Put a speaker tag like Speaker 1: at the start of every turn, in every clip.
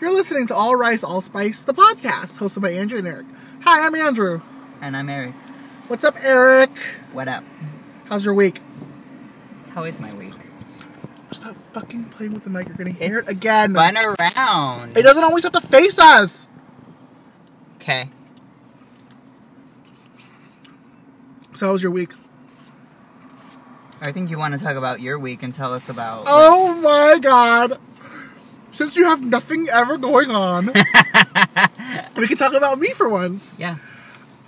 Speaker 1: You're listening to All Rice, All Spice, the podcast, hosted by Andrew and Eric. Hi, I'm Andrew.
Speaker 2: And I'm Eric.
Speaker 1: What's up, Eric?
Speaker 2: What up?
Speaker 1: How's your week?
Speaker 2: How is my week?
Speaker 1: Stop fucking playing with the mic. You're gonna hear
Speaker 2: It's
Speaker 1: it again.
Speaker 2: Run around.
Speaker 1: It doesn't always have to face us.
Speaker 2: Okay.
Speaker 1: So, how's your week?
Speaker 2: I think you want to talk about your week and tell us about.
Speaker 1: Oh my god. Since you have nothing ever going on, we can talk about me for once.
Speaker 2: Yeah.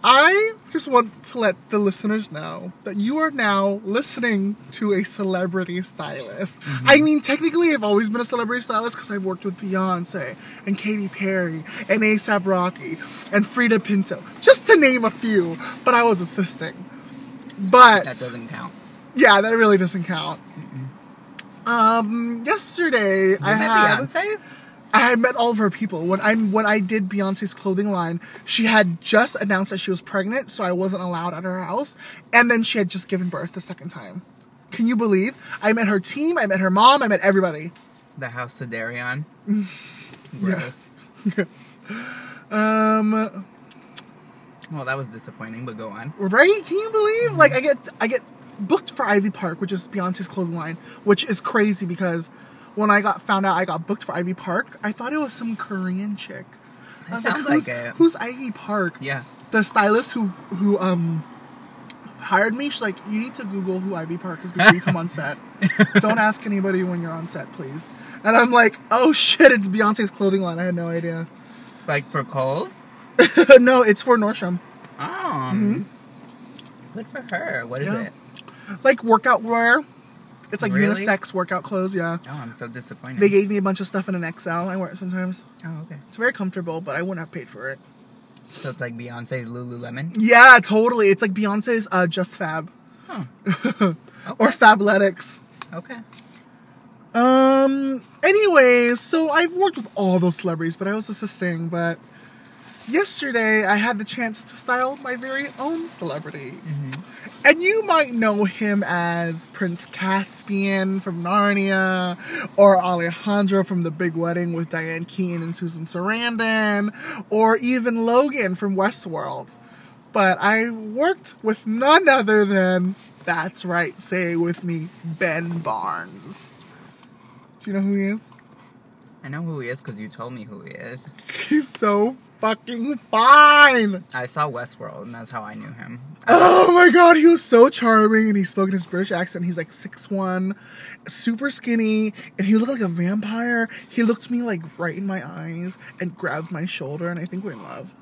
Speaker 1: I just want to let the listeners know that you are now listening to a celebrity stylist.
Speaker 2: Mm-hmm.
Speaker 1: I mean, technically, I've always been a celebrity stylist because I've worked with Beyonce and Katy Perry and ASAP Rocky and Frida Pinto, just to name a few. But I was assisting. But
Speaker 2: That doesn't count.
Speaker 1: yeah, that really doesn't count. Um, yesterday I
Speaker 2: You met
Speaker 1: had
Speaker 2: Beyonce?
Speaker 1: I met all of her people. When I am when I did Beyonce's clothing line, she had just announced that she was pregnant, so I wasn't allowed at her house. And then she had just given birth the second time. Can you believe? I met her team, I met her mom, I met everybody.
Speaker 2: The House of Darion. Gross.
Speaker 1: Um,
Speaker 2: Well, that was disappointing, but go on.
Speaker 1: right? Can you believe? Like I get I get booked for Ivy Park, which is Beyonce's clothing line, which is crazy because when I got found out I got booked for Ivy Park, I thought it was some Korean chick. I
Speaker 2: It
Speaker 1: was
Speaker 2: sounds like
Speaker 1: who's,
Speaker 2: it."
Speaker 1: who's Ivy Park?
Speaker 2: Yeah.
Speaker 1: the stylist who who um hired me, she's like, you need to Google who Ivy Park is before you come on set. Don't ask anybody when you're on set, please. And I'm like, oh shit, it's Beyonce's clothing line. I had no idea.
Speaker 2: Like for Coles?
Speaker 1: no, it's for Nordstrom.
Speaker 2: Um. Good for her. What is
Speaker 1: Mm-hmm. Yeah.
Speaker 2: it?
Speaker 1: Like workout wear. It's like
Speaker 2: Really?
Speaker 1: unisex workout clothes, yeah.
Speaker 2: Oh, I'm so disappointed.
Speaker 1: They gave me a bunch of stuff in an XL. I wear it sometimes.
Speaker 2: oh, okay.
Speaker 1: It's very comfortable, but I wouldn't have paid for it.
Speaker 2: So it's like Beyonce's Lululemon.
Speaker 1: Yeah, totally. It's like Beyonce's uh, Just Fab
Speaker 2: Huh. Okay.
Speaker 1: Mm-hmm. or Fabletics.
Speaker 2: okay.
Speaker 1: Um. Anyways, so I've worked with all those celebrities, but I was assisting. But yesterday, I had the chance to style my very own celebrity, and you might know him as Prince Caspian from Narnia, or Alejandro from The Big Wedding with Diane Keaton and Susan Sarandon, or even Logan from Westworld. But I worked with none other than. That's right, say it with me, Ben Barnes. Do you know who he is?
Speaker 2: I know who he is because you told me who he is.
Speaker 1: He's so fucking fine.
Speaker 2: I saw Westworld, and that's how I knew him.
Speaker 1: Oh my god, he was so charming and he spoke in his British accent. He's like 6'1, super skinny, and he looked like a vampire. He looked me like right in my eyes and grabbed my shoulder, and I think we're in love.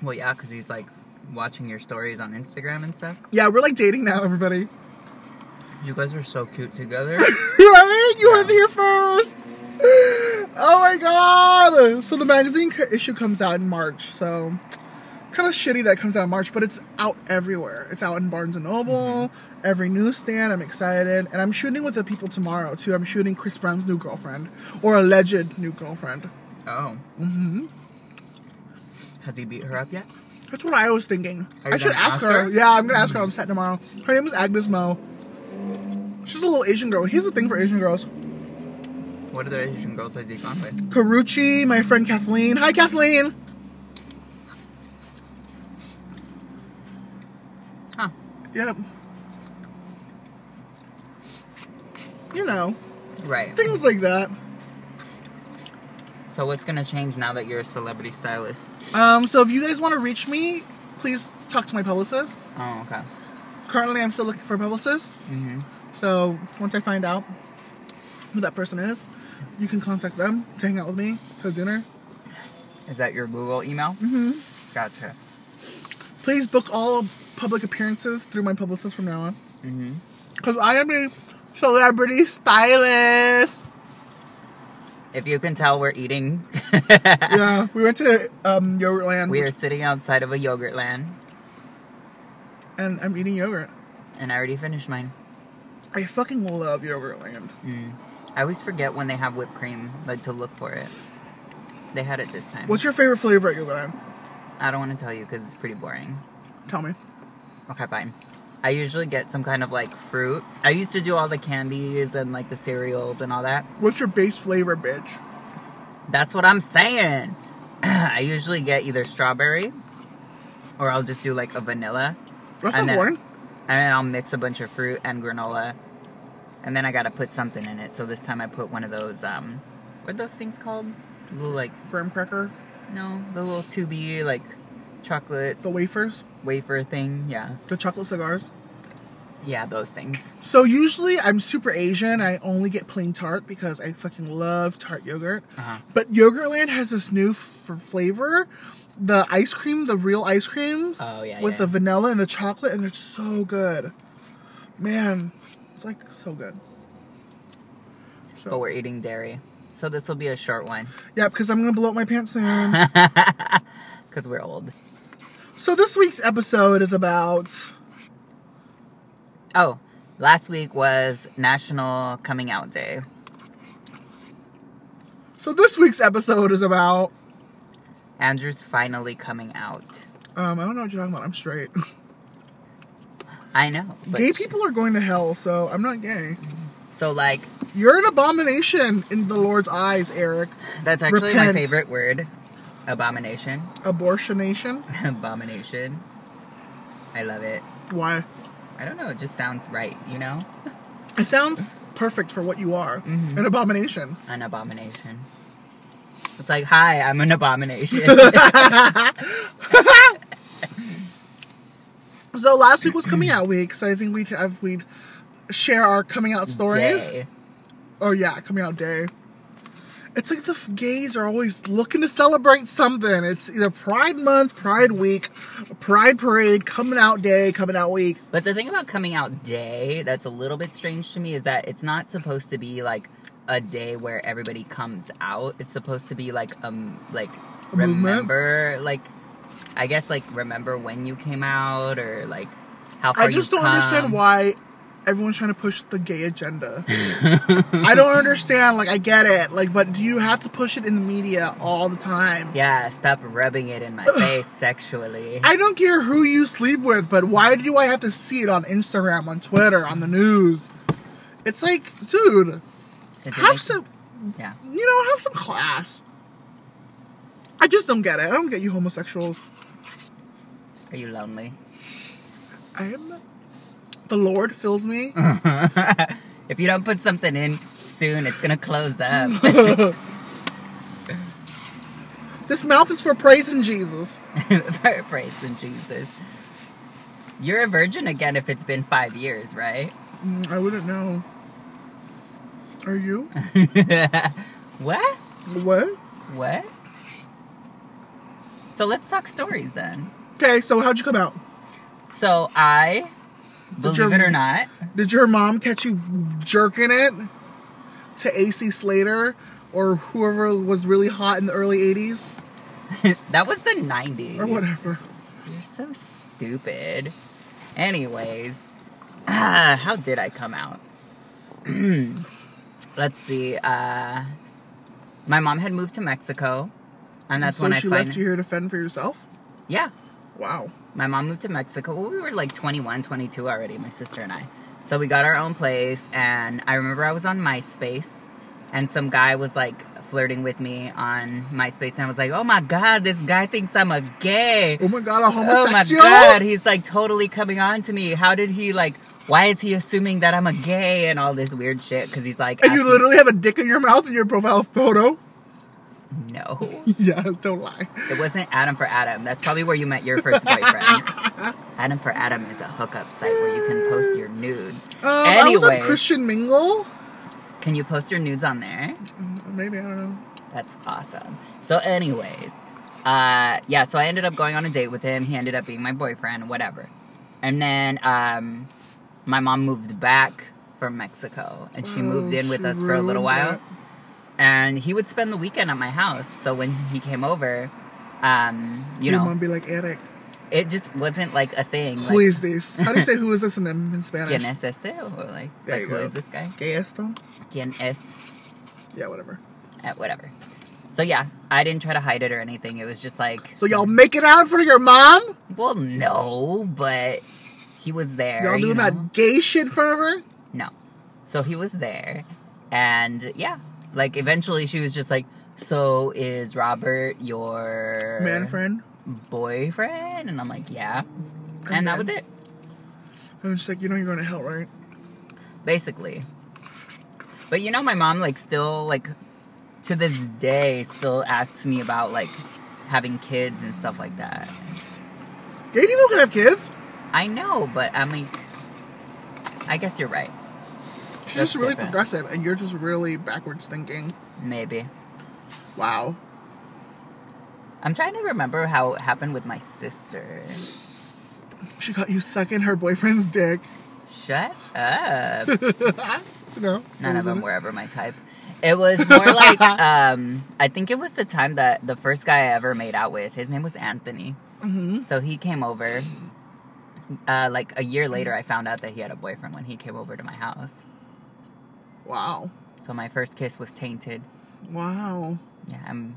Speaker 2: Well, yeah, because he's like watching your stories on Instagram and stuff.
Speaker 1: Yeah, we're like dating now, everybody.
Speaker 2: You guys are so cute together.
Speaker 1: right? You heard it here first. Oh my god! So the magazine co- issue comes out in March, so kind of shitty that it comes out in March, but it's out everywhere. It's out in Barnes and Noble,
Speaker 2: Mm-hmm.
Speaker 1: every newsstand. I'm excited, and I'm shooting with the people tomorrow too. I'm shooting Chris Brown's new girlfriend or alleged new girlfriend.
Speaker 2: oh. Mm-hmm. Has he beat her up yet?
Speaker 1: That's what I was thinking.
Speaker 2: Are you
Speaker 1: I should
Speaker 2: gonna
Speaker 1: ask
Speaker 2: ask
Speaker 1: her.
Speaker 2: her?
Speaker 1: Yeah, I'm gonna ask her on set tomorrow. Her name is Agnes Mo. She's a little Asian girl. Here's the thing for Asian girls.
Speaker 2: What other Asian girls has he gone with?
Speaker 1: Karuchi, my friend Kathleen. Hi, Kathleen.
Speaker 2: Huh.
Speaker 1: Yep. You know,
Speaker 2: Right.
Speaker 1: things like that.
Speaker 2: So what's gonna change now that you're a celebrity stylist?
Speaker 1: Um, so if you guys want to reach me, please talk to my publicist.
Speaker 2: Oh, okay.
Speaker 1: Currently, I'm still looking for a publicist.
Speaker 2: Mm-hmm.
Speaker 1: So once I find out who that person is, you can contact them to hang out with me to dinner.
Speaker 2: Is that your Google email?
Speaker 1: Mm-hmm.
Speaker 2: Gotcha.
Speaker 1: Please book all public appearances through my publicist from now on.
Speaker 2: Mm-hmm.
Speaker 1: Because I am a celebrity stylist.
Speaker 2: If you can tell, we're eating.
Speaker 1: yeah, we went to um, Yogurtland.
Speaker 2: we are sitting outside of a yogurt land,
Speaker 1: And I'm eating yogurt.
Speaker 2: and I already finished mine.
Speaker 1: I fucking love Yogurtland.
Speaker 2: Mm. I always forget when they have whipped cream, like to look for it. They had it this time.
Speaker 1: What's your favorite flavor at Yogurtland?
Speaker 2: I don't want to tell you because it's pretty boring.
Speaker 1: Tell me.
Speaker 2: Okay, fine. I usually get some kind of like fruit. I used to do all the candies and like the cereals and all that.
Speaker 1: What's your base flavor, bitch?
Speaker 2: That's what I'm saying. I usually get either strawberry or I'll just do like a vanilla.
Speaker 1: That's
Speaker 2: and
Speaker 1: not
Speaker 2: then,
Speaker 1: boring.
Speaker 2: And then I'll mix a bunch of fruit and granola. And then I gotta put something in it. So this time I put one of those, um, what are those things called? Little like,
Speaker 1: Graham cracker,
Speaker 2: no, the little tubey like chocolate
Speaker 1: the wafers,
Speaker 2: wafer thing. Yeah.
Speaker 1: the chocolate cigars.
Speaker 2: Yeah, those things.
Speaker 1: So usually I'm super Asian. I only get plain tart because I fucking love tart yogurt.
Speaker 2: Uh-huh.
Speaker 1: But Yogurtland has this new f- flavor. The ice cream, the real ice creams,
Speaker 2: Oh, yeah,
Speaker 1: with
Speaker 2: yeah.
Speaker 1: the vanilla and the chocolate, and they're so good. Man, it's like so good. So,
Speaker 2: But we're eating dairy. So this will be a short one
Speaker 1: yeah, because I'm gonna blow up my pants soon.
Speaker 2: because we're old.
Speaker 1: so this week's episode is about
Speaker 2: Oh, last week was National Coming Out Day.
Speaker 1: So this week's episode is about
Speaker 2: Andrew's finally coming out.
Speaker 1: um, I don't know what you're talking about. I'm straight.
Speaker 2: I know. but-
Speaker 1: gay people are going to hell, so I'm not gay.
Speaker 2: So like
Speaker 1: You're an abomination in the Lord's eyes, Eric.
Speaker 2: that's actually my
Speaker 1: Repent.
Speaker 2: favorite word. Abomination.
Speaker 1: Abortionation?
Speaker 2: Abomination. I love it.
Speaker 1: Why?
Speaker 2: I don't know, it just sounds right, you know?
Speaker 1: It sounds perfect for what you are.
Speaker 2: Mhm.
Speaker 1: An abomination.
Speaker 2: An abomination. It's like, hi, I'm an abomination.
Speaker 1: So last week was coming out week, so I think we'd have we'd share our coming out stories.
Speaker 2: Day.
Speaker 1: Oh yeah, coming out day. It's like the f- gays are always looking to celebrate something. It's either Pride Month, Pride Week, Pride Parade, coming out day, coming out week.
Speaker 2: But the thing about coming out day that's a little bit strange to me is that it's not supposed to be like a day where everybody comes out. It's supposed to be like um like
Speaker 1: A movement?
Speaker 2: remember like I guess like remember when you came out or like how far
Speaker 1: I just
Speaker 2: you've
Speaker 1: don't understand
Speaker 2: come.
Speaker 1: why everyone's trying to push the gay agenda. I don't understand. Like, I get it. Like, but do you have to push it in the media all the time?
Speaker 2: Yeah, stop rubbing it in my face sexually.
Speaker 1: I don't care who you sleep with, but why do I have to see it on Instagram, on Twitter, on the news? It's like, dude,
Speaker 2: Does it
Speaker 1: have
Speaker 2: make-
Speaker 1: some,
Speaker 2: Yeah.
Speaker 1: you know, have some class. I just don't get it. I don't get you homosexuals.
Speaker 2: Are you lonely?
Speaker 1: I am. The Lord fills me.
Speaker 2: Uh-huh. If you don't put something in soon, it's gonna close up.
Speaker 1: this mouth is for praising Jesus.
Speaker 2: Praise in Jesus. You're a virgin again if it's been five years, right?
Speaker 1: Mm, I wouldn't know. Are you?
Speaker 2: what?
Speaker 1: what?
Speaker 2: What? So let's talk stories then.
Speaker 1: Okay, so how'd you come out?
Speaker 2: So I, believe
Speaker 1: your-
Speaker 2: it or not,
Speaker 1: Did your mom catch you jerking it to AC Slater or whoever was really hot in the early 80s
Speaker 2: that was the 90s.
Speaker 1: or whatever?
Speaker 2: You're so stupid. Anyways, ah, how did I come out? Let's see. Uh, my mom had moved to Mexico, and that's
Speaker 1: so
Speaker 2: when I
Speaker 1: she
Speaker 2: find
Speaker 1: left you here to fend for yourself?
Speaker 2: yeah.
Speaker 1: Wow.
Speaker 2: My mom moved to Mexico. Well, we were like 21, 22 already, my sister and I. So we got our own place, and I remember I was on MySpace, and some guy was like flirting with me on MySpace, and I was like, oh my god, this guy thinks I'm a gay.
Speaker 1: Oh my god, a
Speaker 2: Oh my
Speaker 1: homosexual?
Speaker 2: god, he's like totally coming on to me. How did he like? Why is he assuming that I'm a gay and all this weird shit? Because he's like,
Speaker 1: and you
Speaker 2: asking-
Speaker 1: literally have a dick in your mouth in your profile photo?
Speaker 2: no,
Speaker 1: Yeah, don't lie.
Speaker 2: it wasn't Adam for Adam. That's probably where you met your first boyfriend. Adam for Adam is a hookup site where you can post your nudes.
Speaker 1: Um, I was on Christian Mingle.
Speaker 2: can you post your nudes on there?
Speaker 1: Mm, Maybe, I don't know.
Speaker 2: That's awesome. So, anyways, uh, yeah, so I ended up going on a date with him. He ended up being my boyfriend, whatever. And then um, my mom moved back from Mexico and she
Speaker 1: Oh,
Speaker 2: moved in with
Speaker 1: she
Speaker 2: us for a little
Speaker 1: ruined
Speaker 2: while.
Speaker 1: it.
Speaker 2: And he would spend the weekend at my house. So, when he came over, um, you
Speaker 1: your
Speaker 2: know,
Speaker 1: mom be like, Eric,
Speaker 2: it just wasn't like a thing.
Speaker 1: who is this? How do you say who is this in, in Spanish?
Speaker 2: Like, ¿Quién es ese? Or like,
Speaker 1: There
Speaker 2: like
Speaker 1: you
Speaker 2: who
Speaker 1: go.
Speaker 2: is this guy?
Speaker 1: ¿Qué esto?
Speaker 2: ¿Quién es?
Speaker 1: Yeah, whatever.
Speaker 2: Uh, whatever. So, yeah, I didn't try to hide it or anything. It was just like.
Speaker 1: So y'all make it out for your mom?
Speaker 2: Well, no, but he was there.
Speaker 1: Y'all
Speaker 2: you
Speaker 1: doing
Speaker 2: know?
Speaker 1: that gay shit forever?
Speaker 2: No. So he was there, and yeah, like eventually she was just like, so is Robert your
Speaker 1: Man friend.
Speaker 2: boyfriend? And I'm like, yeah. And,
Speaker 1: And
Speaker 2: that
Speaker 1: then-
Speaker 2: was it,
Speaker 1: And she's like, you know you're going to hell, right?
Speaker 2: basically. But you know, my mom like still like to this day still asks me about like having kids and stuff like that.
Speaker 1: Gay people can have kids.
Speaker 2: I know, but I'm like, I guess you're right.
Speaker 1: She's
Speaker 2: That's
Speaker 1: just really
Speaker 2: different.
Speaker 1: progressive, and you're just really backwards thinking.
Speaker 2: Maybe.
Speaker 1: Wow.
Speaker 2: I'm trying to remember how it happened with my sister.
Speaker 1: She got you sucking her boyfriend's dick.
Speaker 2: Shut up.
Speaker 1: No.
Speaker 2: None of them were ever my type. It was more like um, I think it was the time that the first guy I ever made out with. His name was Anthony.
Speaker 1: hmm
Speaker 2: So he came over. Uh, like a year later, I found out that he had a boyfriend when he came over to my house.
Speaker 1: Wow.
Speaker 2: So my first kiss was tainted.
Speaker 1: Wow.
Speaker 2: Yeah, um, I'm.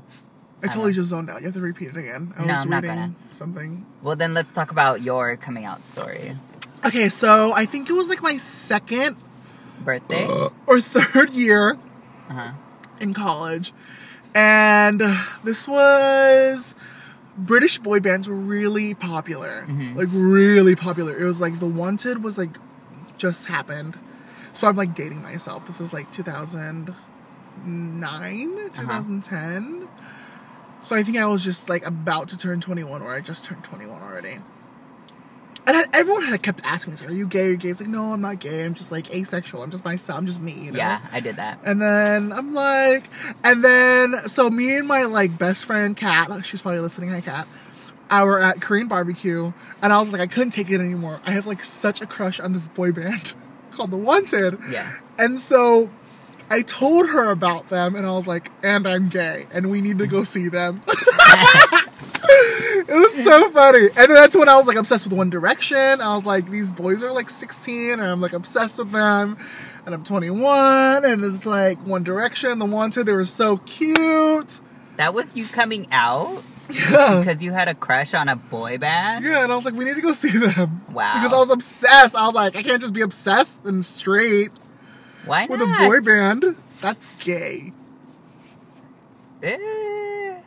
Speaker 1: I
Speaker 2: I
Speaker 1: totally
Speaker 2: know.
Speaker 1: just zoned out. You have to repeat it again. I
Speaker 2: No,
Speaker 1: was
Speaker 2: I'm not
Speaker 1: reading
Speaker 2: gonna.
Speaker 1: something.
Speaker 2: Well, then let's talk about your coming out story.
Speaker 1: Okay, so I think it was like my second
Speaker 2: Birthday.
Speaker 1: or third year
Speaker 2: Uh-huh.
Speaker 1: in college. And uh, this was British boy bands were really popular.
Speaker 2: Mhm.
Speaker 1: Like really popular. It was like The Wanted was like just happened. So I'm like dating myself. This is like 2009, 2010. So I think I was just like about to turn 21 or I just turned 21 already. And I, everyone had kept asking me, "Are you gay? Are you gay?" It's like, "No, I'm not gay. I'm just like asexual. I'm just myself. I'm just me." You know?
Speaker 2: Yeah, I did that.
Speaker 1: And then I'm like, and then so me and my like best friend Kat, she's probably listening. Hi, Kat. I were at Korean barbecue, and I was like, I couldn't take it anymore. I have like such a crush on this boy band called The Wanted.
Speaker 2: Yeah.
Speaker 1: And so I told her about them, and I was like, and I'm gay, and we need to go see them. it was so funny. And then that's when I was like obsessed with One Direction. I was like, these boys are like 16, and I'm like obsessed with them. And I'm 21, and it's like One Direction, The Wanted, they were so cute.
Speaker 2: That was you coming out
Speaker 1: Yeah.
Speaker 2: because you had a crush on a boy band.
Speaker 1: Yeah, and I was like, we need to go see them.
Speaker 2: Wow.
Speaker 1: Because I was obsessed. I was like, I can't just be obsessed and straight
Speaker 2: Why not?
Speaker 1: with a boy band. That's gay.
Speaker 2: Eh,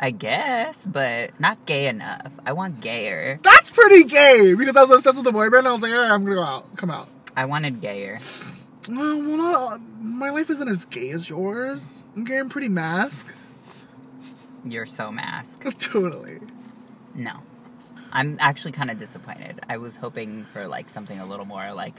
Speaker 2: I guess, but not gay enough. I want gayer.
Speaker 1: That's pretty gay. Because I was obsessed with the boy band. I was like, all right, I'm gonna go out, come out.
Speaker 2: I wanted gayer.
Speaker 1: Uh, well, not, my life isn't as gay as yours. I'm gay and pretty mask.
Speaker 2: You're so mask.
Speaker 1: totally.
Speaker 2: No, I'm actually kind of disappointed. I was hoping for like something a little more like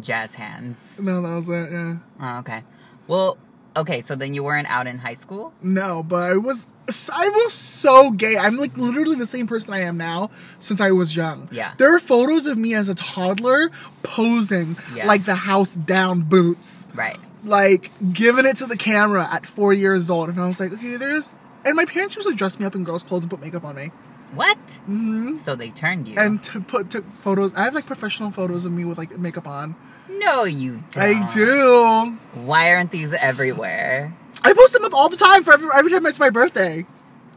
Speaker 2: jazz hands.
Speaker 1: No, that was it. Yeah.
Speaker 2: Oh, okay. Well, okay. So then you weren't out in high school.
Speaker 1: No, but I was. I was so gay. I'm like literally the same person I am now since I was young.
Speaker 2: Yeah.
Speaker 1: There are photos of me as a toddler posing
Speaker 2: Yeah.
Speaker 1: like the house down boots,
Speaker 2: Right.
Speaker 1: like giving it to the camera at four years old. And I was like, okay, there's. And my parents used to dress me up in girls' clothes and put makeup on me.
Speaker 2: What? Mm-hmm. So they turned you.
Speaker 1: And to put took photos. I have like professional photos of me with like makeup on.
Speaker 2: no, you. Don't.
Speaker 1: I do.
Speaker 2: Why aren't these everywhere?
Speaker 1: I post them up all the time for every, every time it's my birthday.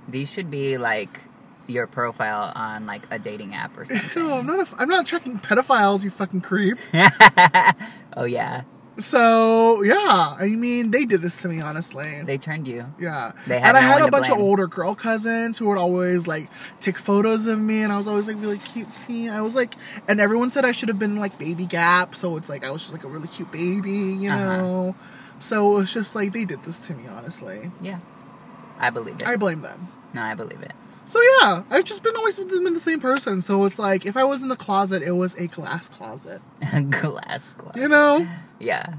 Speaker 2: These should be like your profile on like a dating app or something.
Speaker 1: No, I'm not. A, I'm not tracking pedophiles, you fucking creep.
Speaker 2: oh yeah,
Speaker 1: So yeah, I mean, they did this to me, honestly.
Speaker 2: they turned you.
Speaker 1: yeah,
Speaker 2: they had
Speaker 1: and I
Speaker 2: no
Speaker 1: had
Speaker 2: one
Speaker 1: a
Speaker 2: to
Speaker 1: bunch of
Speaker 2: blame.
Speaker 1: older girl cousins who would always like take photos of me, and I was always like really cutesy. I was like, and everyone said I should have been like baby gap, so it's like I was just like a really cute baby, you
Speaker 2: Uh-huh.
Speaker 1: know. So it's just like they did this to me, honestly.
Speaker 2: Yeah, I believe it.
Speaker 1: I blame them.
Speaker 2: no, I believe it.
Speaker 1: So yeah, I've just been always been the same person. So it's like if I was in the closet, it was a glass closet,
Speaker 2: glass, glass.
Speaker 1: you know.
Speaker 2: Yeah.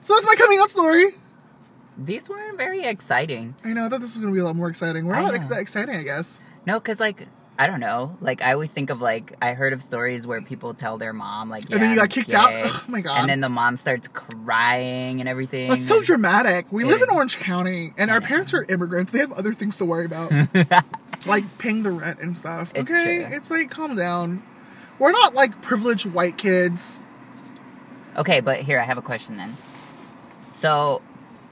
Speaker 1: So that's my coming out story.
Speaker 2: These weren't very exciting.
Speaker 1: I know. I thought this was gonna be a lot more exciting. We're
Speaker 2: I
Speaker 1: not
Speaker 2: know.
Speaker 1: ex- that exciting, I guess.
Speaker 2: No, because, like, I don't know. Like, I always think of, like, I heard of stories where people tell their mom, like, yeah,
Speaker 1: And then you got
Speaker 2: I'm
Speaker 1: kicked
Speaker 2: gay.
Speaker 1: out? Oh, my God.
Speaker 2: And then the mom starts crying and everything.
Speaker 1: That's so dramatic. We
Speaker 2: It
Speaker 1: live in
Speaker 2: is.
Speaker 1: Orange County, and
Speaker 2: I
Speaker 1: our
Speaker 2: know.
Speaker 1: parents are immigrants. They have other things to worry about, like paying the rent and stuff.
Speaker 2: It's
Speaker 1: okay,
Speaker 2: true.
Speaker 1: it's like calm down. We're not like privileged white kids.
Speaker 2: Okay, but here, I have a question then. So,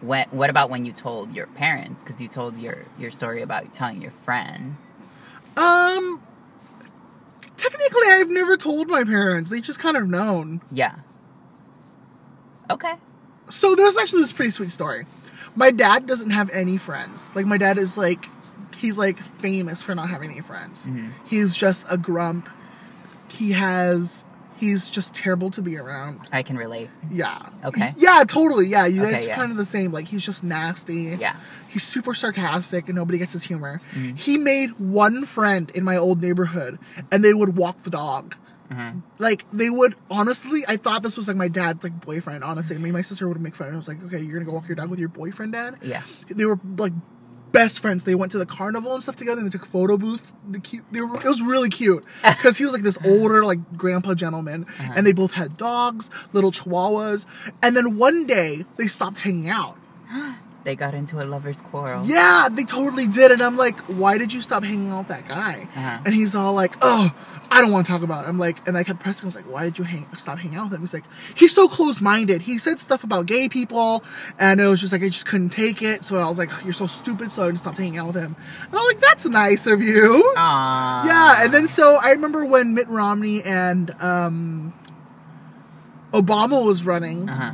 Speaker 2: what, what about when you told your parents? Because you told your, your story about telling your friend.
Speaker 1: Um, technically, I've never told my parents. They just kind of known.
Speaker 2: Yeah. Okay.
Speaker 1: So there's actually this pretty sweet story. My dad doesn't have any friends. Like my dad is like he's like famous for not having any friends.
Speaker 2: Mm-hmm.
Speaker 1: He's just a grump. He has he's just terrible to be around.
Speaker 2: I can relate.
Speaker 1: Yeah.
Speaker 2: Okay.
Speaker 1: Yeah, totally. Yeah, you
Speaker 2: Okay,
Speaker 1: guys are
Speaker 2: yeah.
Speaker 1: kind of the same. Like he's just nasty.
Speaker 2: Yeah.
Speaker 1: He's super sarcastic and nobody gets his humor. He made one friend in my old neighborhood and they would walk the dog. Like they would honestly, I thought this was like my dad's like boyfriend. Honestly, me and my sister would make fun. I was like, okay, you're gonna go walk your dog with your boyfriend, dad.
Speaker 2: Yeah.
Speaker 1: They were like best friends. They went to the carnival and stuff together. and They took photo booth. The cute, they were, it was really cute because he was like this older like grandpa gentleman, and they both had dogs, little chihuahuas. And then one day they stopped hanging out.
Speaker 2: They got into a lover's quarrel.
Speaker 1: Yeah, they totally did. And I'm like, why did you stop hanging out with that guy?
Speaker 2: Uh-huh.
Speaker 1: And he's all like, oh, I don't want to talk about it. I'm like, and I kept pressing. him. I was like, why did you hang stop hanging out with him? He's like, he's so close minded. He said stuff about gay people, and it was just like I just couldn't take it. So I was like, you're so stupid. So I just stopped hanging out with him. And I'm like, that's nice of you.
Speaker 2: Aww.
Speaker 1: Yeah, and then so I remember when Mitt Romney and um, Obama was running.
Speaker 2: Uh-huh.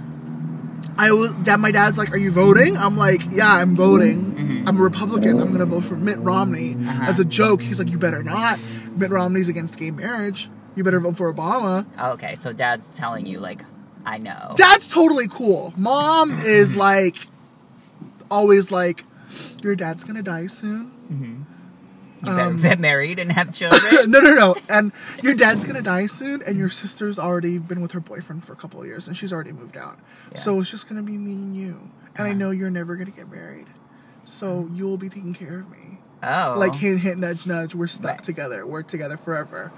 Speaker 1: I was dad. My dad's like, "Are you voting?" I'm like, "Yeah, I'm voting. I'm a Republican. I'm gonna vote for Mitt Romney." As a joke, he's like, "You better not. Mitt Romney's against gay marriage. You better vote for Obama."
Speaker 2: Okay, so dad's telling you, like, I know.
Speaker 1: That's totally cool. Mom is like, always like, "Your dad's gonna die soon."
Speaker 2: you better
Speaker 1: Um.
Speaker 2: get married and have children.
Speaker 1: no, no, no. And your dad's gonna die soon, and your sister's already been with her boyfriend for a couple of years, and she's already moved out.
Speaker 2: Yeah.
Speaker 1: So it's just gonna be me and you. And I know you're never gonna get married, so you will be taking care of me.
Speaker 2: oh.
Speaker 1: Like hint, hint, nudge, nudge. We're stuck
Speaker 2: Right.
Speaker 1: together. We're together forever.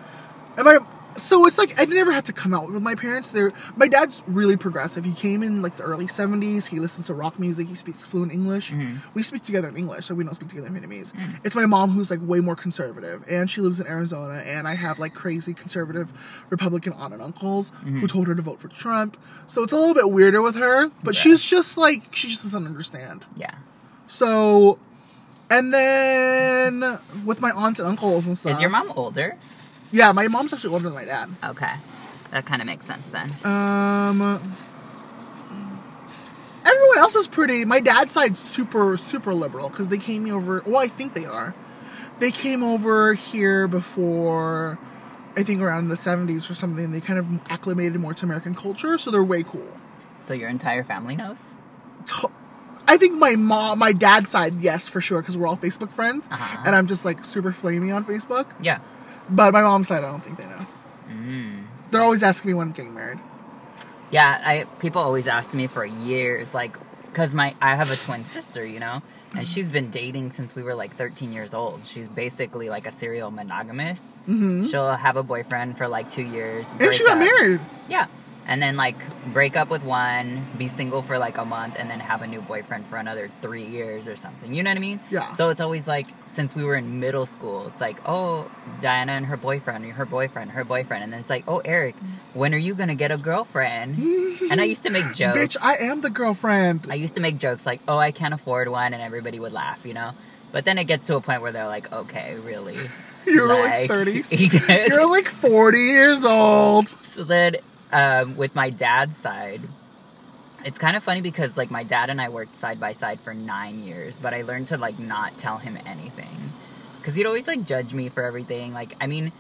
Speaker 1: And my so it's like I never had to come out with my parents. They're my dad's really progressive. He came in like the early '70s. He listens to rock music. He speaks fluent English.
Speaker 2: Mm-hmm.
Speaker 1: We speak together in English, so we don't speak together in Vietnamese.
Speaker 2: Mm.
Speaker 1: It's my mom who's like way more conservative, and she lives in Arizona. And I have like crazy conservative Republican aunt and uncles
Speaker 2: Mm-hmm.
Speaker 1: who told her to vote for Trump. So it's a little bit weirder with her, but
Speaker 2: Yeah.
Speaker 1: she's just like she just doesn't understand.
Speaker 2: Yeah.
Speaker 1: So, and then with my aunts and uncles and stuff.
Speaker 2: Is your mom older?
Speaker 1: Yeah, my mom's actually older than my dad.
Speaker 2: Okay. That kind of makes sense then.
Speaker 1: Uh. Um, everyone else is pretty. My dad's side's super, super liberal because they came over. Well, I think they are. They came over here before, I think around the 70s or something. They kind of acclimated more to American culture, so they're way cool.
Speaker 2: So your entire family knows?
Speaker 1: to- I think my mom, my dad's side, yes, for sure, because we're all Facebook friends,
Speaker 2: Uh-huh.
Speaker 1: and I'm just like super flamey on Facebook.
Speaker 2: Yeah.
Speaker 1: But my mom's side, I don't think they know.
Speaker 2: Mm.
Speaker 1: They're always asking me when I'm getting married.
Speaker 2: Yeah, I people always ask me for years, like, because my I have a twin sister, you know,
Speaker 1: Mm-hmm.
Speaker 2: and she's been dating since we were like 13 years old. She's basically like a serial monogamous. She'll have a boyfriend for like two years,
Speaker 1: Mm-hmm. And she
Speaker 2: break
Speaker 1: got
Speaker 2: up.
Speaker 1: married.
Speaker 2: Yeah. And then like break up with one, be single for like a month, and then have a new boyfriend for another three years or something. You know what I mean?
Speaker 1: Yeah.
Speaker 2: So it's always like since we were in middle school, it's like, oh, Diana and her boyfriend, her boyfriend, her boyfriend, and then it's like, oh, Eric, when are you gonna get a girlfriend? and I used to make jokes.
Speaker 1: Bitch, I am the girlfriend.
Speaker 2: I used to make jokes like, oh, I can't afford one, and everybody would laugh, you know. But then it gets to a point where they're like, okay, really.
Speaker 1: You're like, 30.
Speaker 2: Exactly.
Speaker 1: You're like 40 years old.
Speaker 2: So then, um, with my dad's side, it's kind of funny because like my dad and I worked side by side for nine years, but I learned to like not tell him anything because he'd always like judge me for everything. Like, I mean,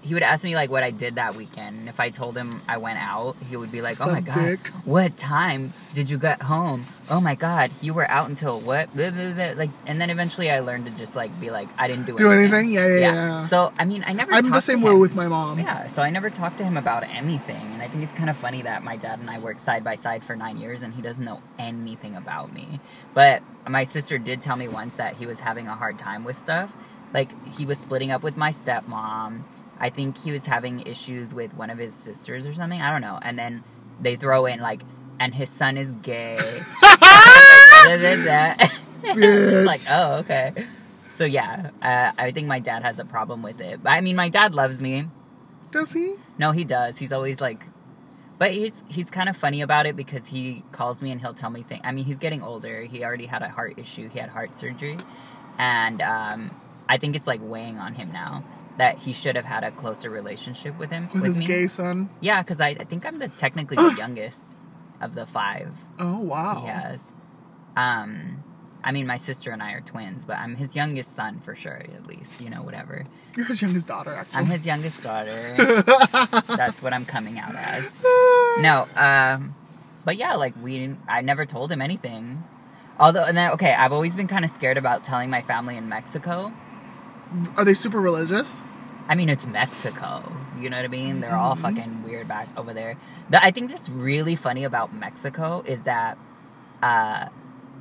Speaker 2: he would ask me like what I did that weekend. And if I told him I went out, he would be like, "Oh my
Speaker 1: Some
Speaker 2: god,
Speaker 1: dick.
Speaker 2: what time did you get home? Oh my god, you were out until what?" Blah, blah, blah. Like, and then eventually I learned to just like be like, "I didn't do
Speaker 1: Do
Speaker 2: anything."
Speaker 1: anything? Yeah, yeah, yeah. yeah.
Speaker 2: So I mean, I never.
Speaker 1: I'm the
Speaker 2: talked to
Speaker 1: same way
Speaker 2: him.
Speaker 1: with my mom.
Speaker 2: Yeah, so I never talked to him about anything, and I think it's kind of funny that my dad and I worked side by side for nine years, and he doesn't know anything about me. But my sister did tell me once that he was having a hard time with stuff, like he was splitting up with my stepmom. I think he was having issues with one of his sisters or something. I don't know. And then they throw in like, and his son is gay. Da, da, da.
Speaker 1: Bitch.
Speaker 2: like, oh, okay. So yeah, uh, I think my dad has a problem with it. But I mean, my dad loves me.
Speaker 1: Does he?
Speaker 2: No, he does. He's always like, but he's he's kind of funny about it because he calls me and he'll tell me things. I mean, he's getting older. He already had a heart issue. He had heart surgery, and um, I think it's like weighing on him now that he should have had a closer relationship with him
Speaker 1: With, his
Speaker 2: me.
Speaker 1: gay son?
Speaker 2: Yeah, because I, I think I'm the technically the youngest. of the five
Speaker 1: Oh wow.
Speaker 2: he has. Um, I mean, my sister and I are twins, but I'm his youngest son for sure, at least, you know, whatever.
Speaker 1: You're his youngest daughter, actually.
Speaker 2: I'm his youngest daughter. That's what I'm coming out as. No, um, but yeah, like we didn't, I never told him anything. Although, and then, okay, I've always been kind of scared about telling my family in Mexico.
Speaker 1: Are they super religious?
Speaker 2: I mean, it's Mexico. You know what I mean? They're all fucking weird back over there. The, I think that's really funny about Mexico is that uh,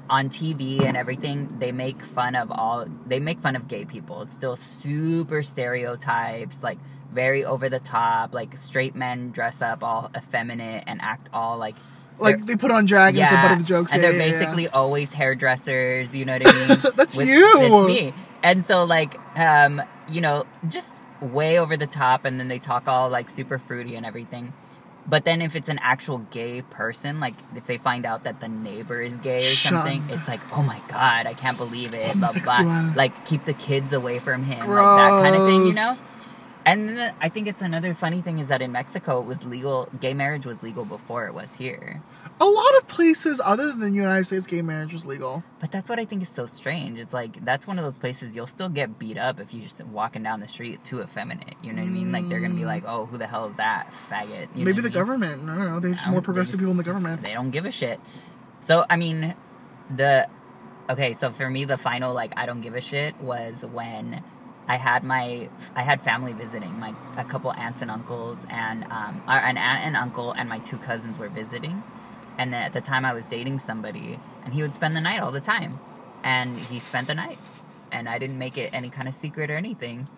Speaker 2: on TV and everything, they make fun of all. They make fun of gay people. It's still super stereotypes, like very over the top. Like straight men dress up all effeminate and act all like
Speaker 1: Like they put on dragons and butt of the jokes.
Speaker 2: and
Speaker 1: yeah,
Speaker 2: they're
Speaker 1: yeah, yeah.
Speaker 2: basically always hairdressers. You know what I mean?
Speaker 1: That's you.
Speaker 2: That's me. And so, like, um, you know, just way over the top, and then they talk all like super fruity and everything. But then, if it's an actual gay person, like if they find out that the neighbor is gay or
Speaker 1: Shut
Speaker 2: something,
Speaker 1: up.
Speaker 2: it's like, oh my god, I can't believe it. Blah, blah,
Speaker 1: Homosexual.
Speaker 2: blah. Like, keep the kids away from him, like that kind of thing, you know.
Speaker 1: Gross.
Speaker 2: And then I think it's another funny thing is that in Mexico, it was legal. Gay marriage was legal before it was here.
Speaker 1: A lot of places other than the United States, gay marriage was legal.
Speaker 2: But that's what I think is so strange. It's like that's one of those places you'll still get beat up if you're just walking down the street too effeminate. You know what I mean? Like they're gonna be like, "Oh, who the hell is that faggot?" You know
Speaker 1: Mm. Maybe
Speaker 2: what
Speaker 1: the
Speaker 2: I mean?
Speaker 1: government. I don't know. They have
Speaker 2: I
Speaker 1: more
Speaker 2: don't-
Speaker 1: progressive
Speaker 2: they
Speaker 1: people in the
Speaker 2: just-
Speaker 1: government.
Speaker 2: They don't give a shit. So I mean, the okay. So for me, the final like I don't give a shit was when I had my I had family visiting my a couple aunts and uncles and um uh, an aunt and uncle and my two cousins were visiting, and then at the time I was dating somebody and he would spend the night all the time, and he spent the night, and I didn't make it any kind of secret or anything.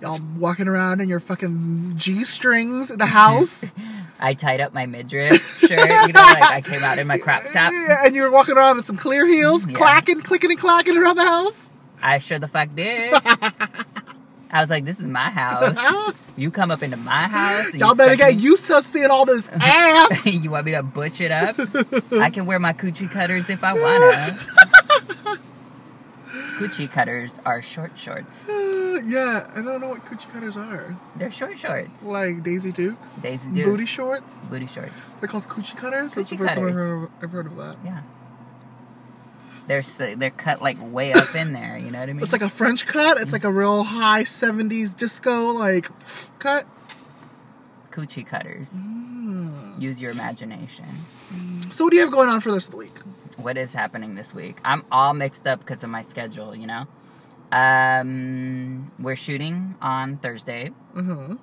Speaker 1: Y'all walking around in your fucking G strings in the house.
Speaker 2: I tied up my midriff shirt, you know, like I came out in my crop top.
Speaker 1: Yeah, and you were walking around in some clear heels,
Speaker 2: Yeah.
Speaker 1: clacking, clicking, and clacking around the house.
Speaker 2: I sure the fuck did. I was like, this is my house. You come up into my house. and
Speaker 1: Y'all better
Speaker 2: expect
Speaker 1: get
Speaker 2: me-
Speaker 1: used to seeing all this ass.
Speaker 2: you want me to butch it up? I can wear my coochie cutters if I wanna. coochie cutters are short shorts.
Speaker 1: Uh, yeah, I don't know what coochie cutters are.
Speaker 2: They're short shorts.
Speaker 1: Like Daisy Dukes?
Speaker 2: Daisy Dukes.
Speaker 1: Booty shorts?
Speaker 2: Booty shorts.
Speaker 1: They're called coochie cutters? That's the
Speaker 2: Coochie
Speaker 1: first time I've
Speaker 2: cutters.
Speaker 1: heard, of, I've heard of that.
Speaker 2: Yeah. They're s- they're cut like way up in there. You know what I mean?
Speaker 1: It's like a French cut. It's like a real high 70s disco, like, cut.
Speaker 2: coochie cutters.
Speaker 1: Mm.
Speaker 2: Use your imagination.
Speaker 1: So, what do you have going on for this week?
Speaker 2: what is happening this week. I'm all mixed up because of my schedule, you know? Um, we're shooting on Thursday.
Speaker 1: Mhm.
Speaker 2: Um,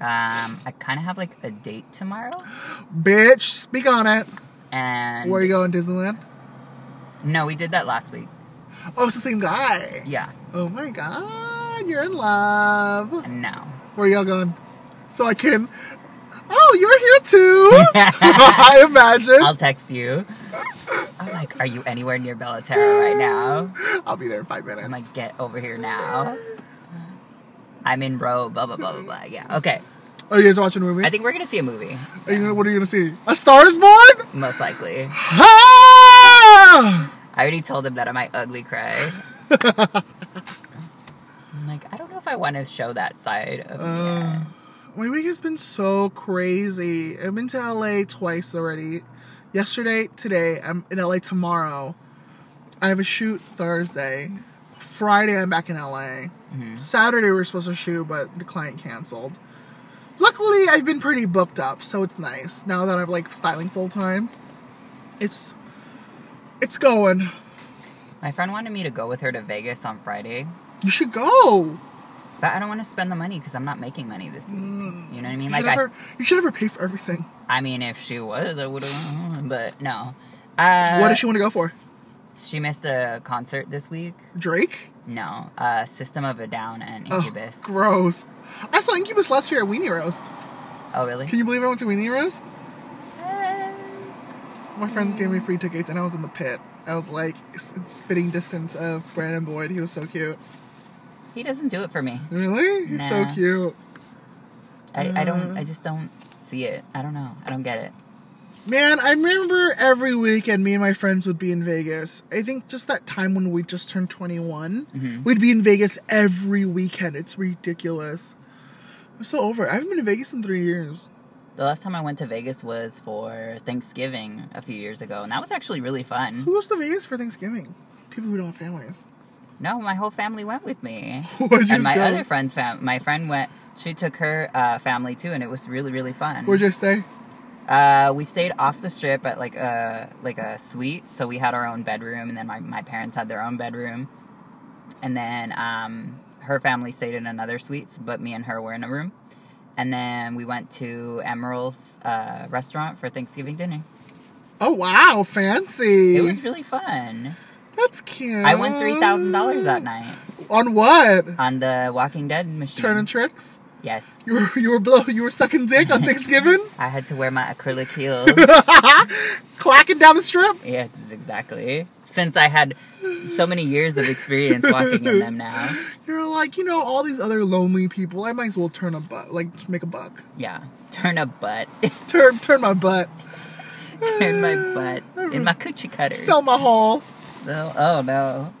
Speaker 2: I kind of have like a date tomorrow.
Speaker 1: Bitch, speak on it.
Speaker 2: And
Speaker 1: Where you going, Disneyland?
Speaker 2: no, we did that last week.
Speaker 1: Oh, it's the same guy.
Speaker 2: Yeah.
Speaker 1: Oh my god, you're in love.
Speaker 2: No.
Speaker 1: Where y'all going? So I can. Oh, you're here too. I imagine.
Speaker 2: I'll text you. I'm like, are you anywhere near Bellaterra right now?
Speaker 1: I'll be there in five minutes.
Speaker 2: I'm like, get over here now. I'm in row, blah, blah, blah, blah, blah. Yeah. Okay.
Speaker 1: Are you guys watching a movie?
Speaker 2: I think we're going to see a movie,
Speaker 1: Are you, what are you gonna see? A Star Is Born?
Speaker 2: most likely.
Speaker 1: Ah!
Speaker 2: I already told him that I might ugly cry. I'm like, I don't know if I want to show that side of me.
Speaker 1: Uh.
Speaker 2: yet.
Speaker 1: My week has been so crazy. I've been to LA twice already. Yesterday, today. I'm in LA tomorrow. I have a shoot Thursday. Friday, I'm back in LA. Saturday, we were supposed to shoot, but the client canceled. Luckily, I've been pretty booked up, so it's nice now that I'm like styling full time. It's it's going.
Speaker 2: My friend wanted me to go with her to Vegas on Friday,
Speaker 1: You should go.
Speaker 2: but I don't want to spend the money because I'm not making money this week. You know what I mean?
Speaker 1: You,
Speaker 2: Like,
Speaker 1: should
Speaker 2: I,
Speaker 1: never, you should never pay for everything.
Speaker 2: I mean, if she was, I would have, but no. Uh,
Speaker 1: what does she want to go for?
Speaker 2: She missed a concert this week.
Speaker 1: Drake?
Speaker 2: No, uh, System of a Down and Incubus.
Speaker 1: Oh, gross. I saw Incubus last year at Weenie Roast.
Speaker 2: oh, really?
Speaker 1: Can you believe I went to Weenie Roast?
Speaker 2: Uh,
Speaker 1: My friends gave me free tickets and I was in the pit. I was like s- spitting distance of Brandon Boyd. He was so cute.
Speaker 2: he doesn't do it for me.
Speaker 1: Really? He's so
Speaker 2: Nah.
Speaker 1: cute.
Speaker 2: I, I don't.
Speaker 1: Uh.
Speaker 2: I just don't see it. I don't know. I don't get it.
Speaker 1: Man, I remember every weekend me and my friends would be in Vegas. I think just that time when we just turned 21,
Speaker 2: Mm-hmm.
Speaker 1: we'd be in Vegas every weekend. It's ridiculous. I'm so over it. I haven't been to Vegas in three years.
Speaker 2: The last time I went to Vegas was for Thanksgiving a few years ago, and that was actually really fun.
Speaker 1: Who goes to Vegas for Thanksgiving? People who don't have families.
Speaker 2: No, my whole family went with me.
Speaker 1: Where'd you
Speaker 2: and my
Speaker 1: go?
Speaker 2: other friend's fam, my friend went. She took her uh, family too, and it was really really fun.
Speaker 1: Where'd you stay?
Speaker 2: Uh, we stayed off the strip at like a like a suite, so we had our own bedroom, and then my, my parents had their own bedroom, and then um, her family stayed in another suite, but me and her were in a room, and then we went to Emerald's uh, restaurant for Thanksgiving dinner.
Speaker 1: Oh wow, fancy.
Speaker 2: It was really fun.
Speaker 1: That's cute.
Speaker 2: I won three thousand dollars
Speaker 1: Mm.
Speaker 2: that night
Speaker 1: On what?
Speaker 2: on the Walking Dead machine.
Speaker 1: Turning tricks.
Speaker 2: yes,
Speaker 1: You were you were blow you were sucking dick on Thanksgiving,
Speaker 2: I had to wear my acrylic heels.
Speaker 1: clacking down the strip.
Speaker 2: yes, exactly. Since I had so many years of experience walking in them now.
Speaker 1: You're like, you know, all these other lonely people. I might as well turn a butt, like make a buck.
Speaker 2: Yeah. Turn a butt.
Speaker 1: Turn turn my butt.
Speaker 2: Turn my butt in my coochie cutter.
Speaker 1: Sell my haul.
Speaker 2: No- oh no.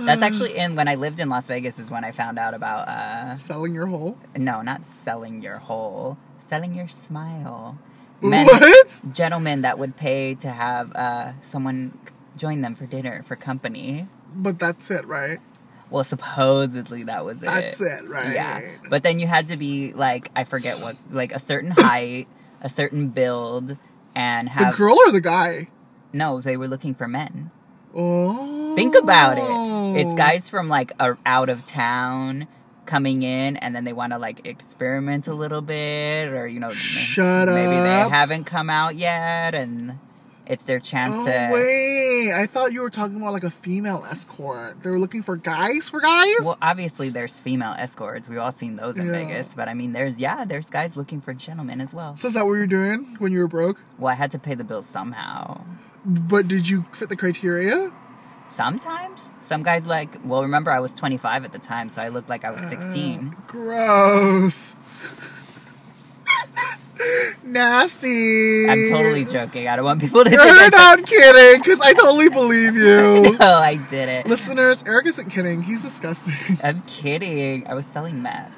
Speaker 2: That's actually in when I lived in Las Vegas is when I found out about uh
Speaker 1: Selling your hole.
Speaker 2: no, not selling your whole, selling your smile.
Speaker 1: What?
Speaker 2: Gentlemen that would pay to have uh someone join them for dinner for company.
Speaker 1: But that's it, right?
Speaker 2: Well, supposedly that was it.
Speaker 1: That's it, right?
Speaker 2: Yeah. But then you had to be like I forget what like a certain height, a certain build and
Speaker 1: The
Speaker 2: have
Speaker 1: girl or the guy?
Speaker 2: No, they were looking for men.
Speaker 1: Oh.
Speaker 2: Think about it. It's guys from like a, out of town coming in, and then they want to like experiment a little bit, or you know,
Speaker 1: Shut
Speaker 2: maybe
Speaker 1: up.
Speaker 2: they haven't come out yet, and it's their chance
Speaker 1: Oh
Speaker 2: to.
Speaker 1: wait! I thought you were talking about like a female escort. They were looking for guys for guys.
Speaker 2: Well, obviously, there's female escorts. We've all seen those in
Speaker 1: Yeah.
Speaker 2: Vegas, but I mean, there's yeah, there's guys looking for gentlemen as well.
Speaker 1: So is that what you were doing when you were broke?
Speaker 2: Well, I had to pay the bill somehow.
Speaker 1: But did you fit the criteria?
Speaker 2: Sometimes some guys like. Well, remember I was 25 at the time, so I looked like I was 16.
Speaker 1: Uh, Gross. Nasty.
Speaker 2: I'm totally joking. I don't want people to. think
Speaker 1: You're
Speaker 2: I'm so-
Speaker 1: not kidding, because I totally believe you.
Speaker 2: Oh, I did it.
Speaker 1: Listeners, Eric isn't kidding. He's disgusting.
Speaker 2: I'm kidding. I was selling meth.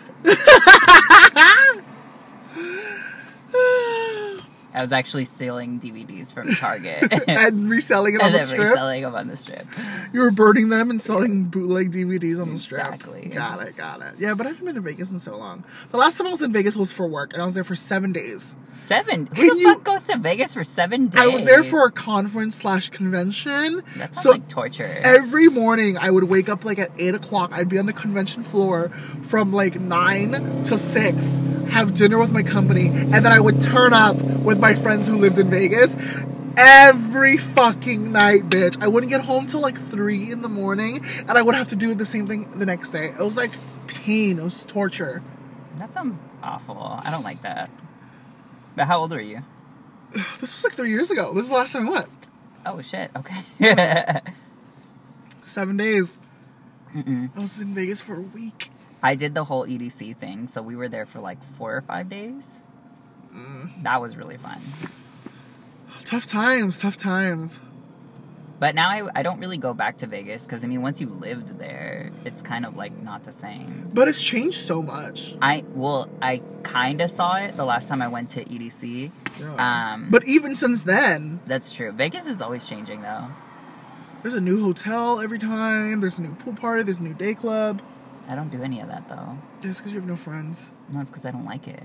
Speaker 2: I was actually stealing DVDs from Target and
Speaker 1: and reselling it on
Speaker 2: then
Speaker 1: the strip.
Speaker 2: reselling them on the strip.
Speaker 1: You were burning them and selling bootleg DVDs on the strip.
Speaker 2: Exactly.
Speaker 1: Got it, got it. Yeah, but I haven't been to Vegas in so long. The last time I was in Vegas was for work, and I was there for seven days.
Speaker 2: Seven. Who
Speaker 1: Can
Speaker 2: the
Speaker 1: you-
Speaker 2: fuck goes to Vegas for seven days?
Speaker 1: I was there for a conference slash convention.
Speaker 2: That sounds
Speaker 1: So
Speaker 2: like torture.
Speaker 1: every morning I would wake up like at eight o'clock. I'd be on the convention floor from like nine to six, have dinner with my company, and then I would turn up with my friends who lived in Vegas. Every fucking night, bitch. I wouldn't get home till like three in the morning, and I would have to do the same thing the next day. It was like pain. It was torture.
Speaker 2: that sounds awful. I don't like that. But how old were you?
Speaker 1: This was like three years ago. This is the last time I went.
Speaker 2: Oh shit. Okay.
Speaker 1: Seven days. I was in Vegas for a week.
Speaker 2: I did the whole EDC thing, so we were there for like four or five days. That was really fun.
Speaker 1: Tough times, tough times.
Speaker 2: But now I, I don't really go back to Vegas because I mean once you lived there, it's kind of like not the same.
Speaker 1: But it's changed so much.
Speaker 2: I well, I kind of saw it the last time I went to EDC.
Speaker 1: Yeah.
Speaker 2: Um,
Speaker 1: but even since then,
Speaker 2: That's true. Vegas is always changing though.
Speaker 1: there's a new hotel every time, there's a new pool party, there's a new day club.
Speaker 2: I don't do any of that though.
Speaker 1: Just because you have no friends.
Speaker 2: No, it's because I don't like it.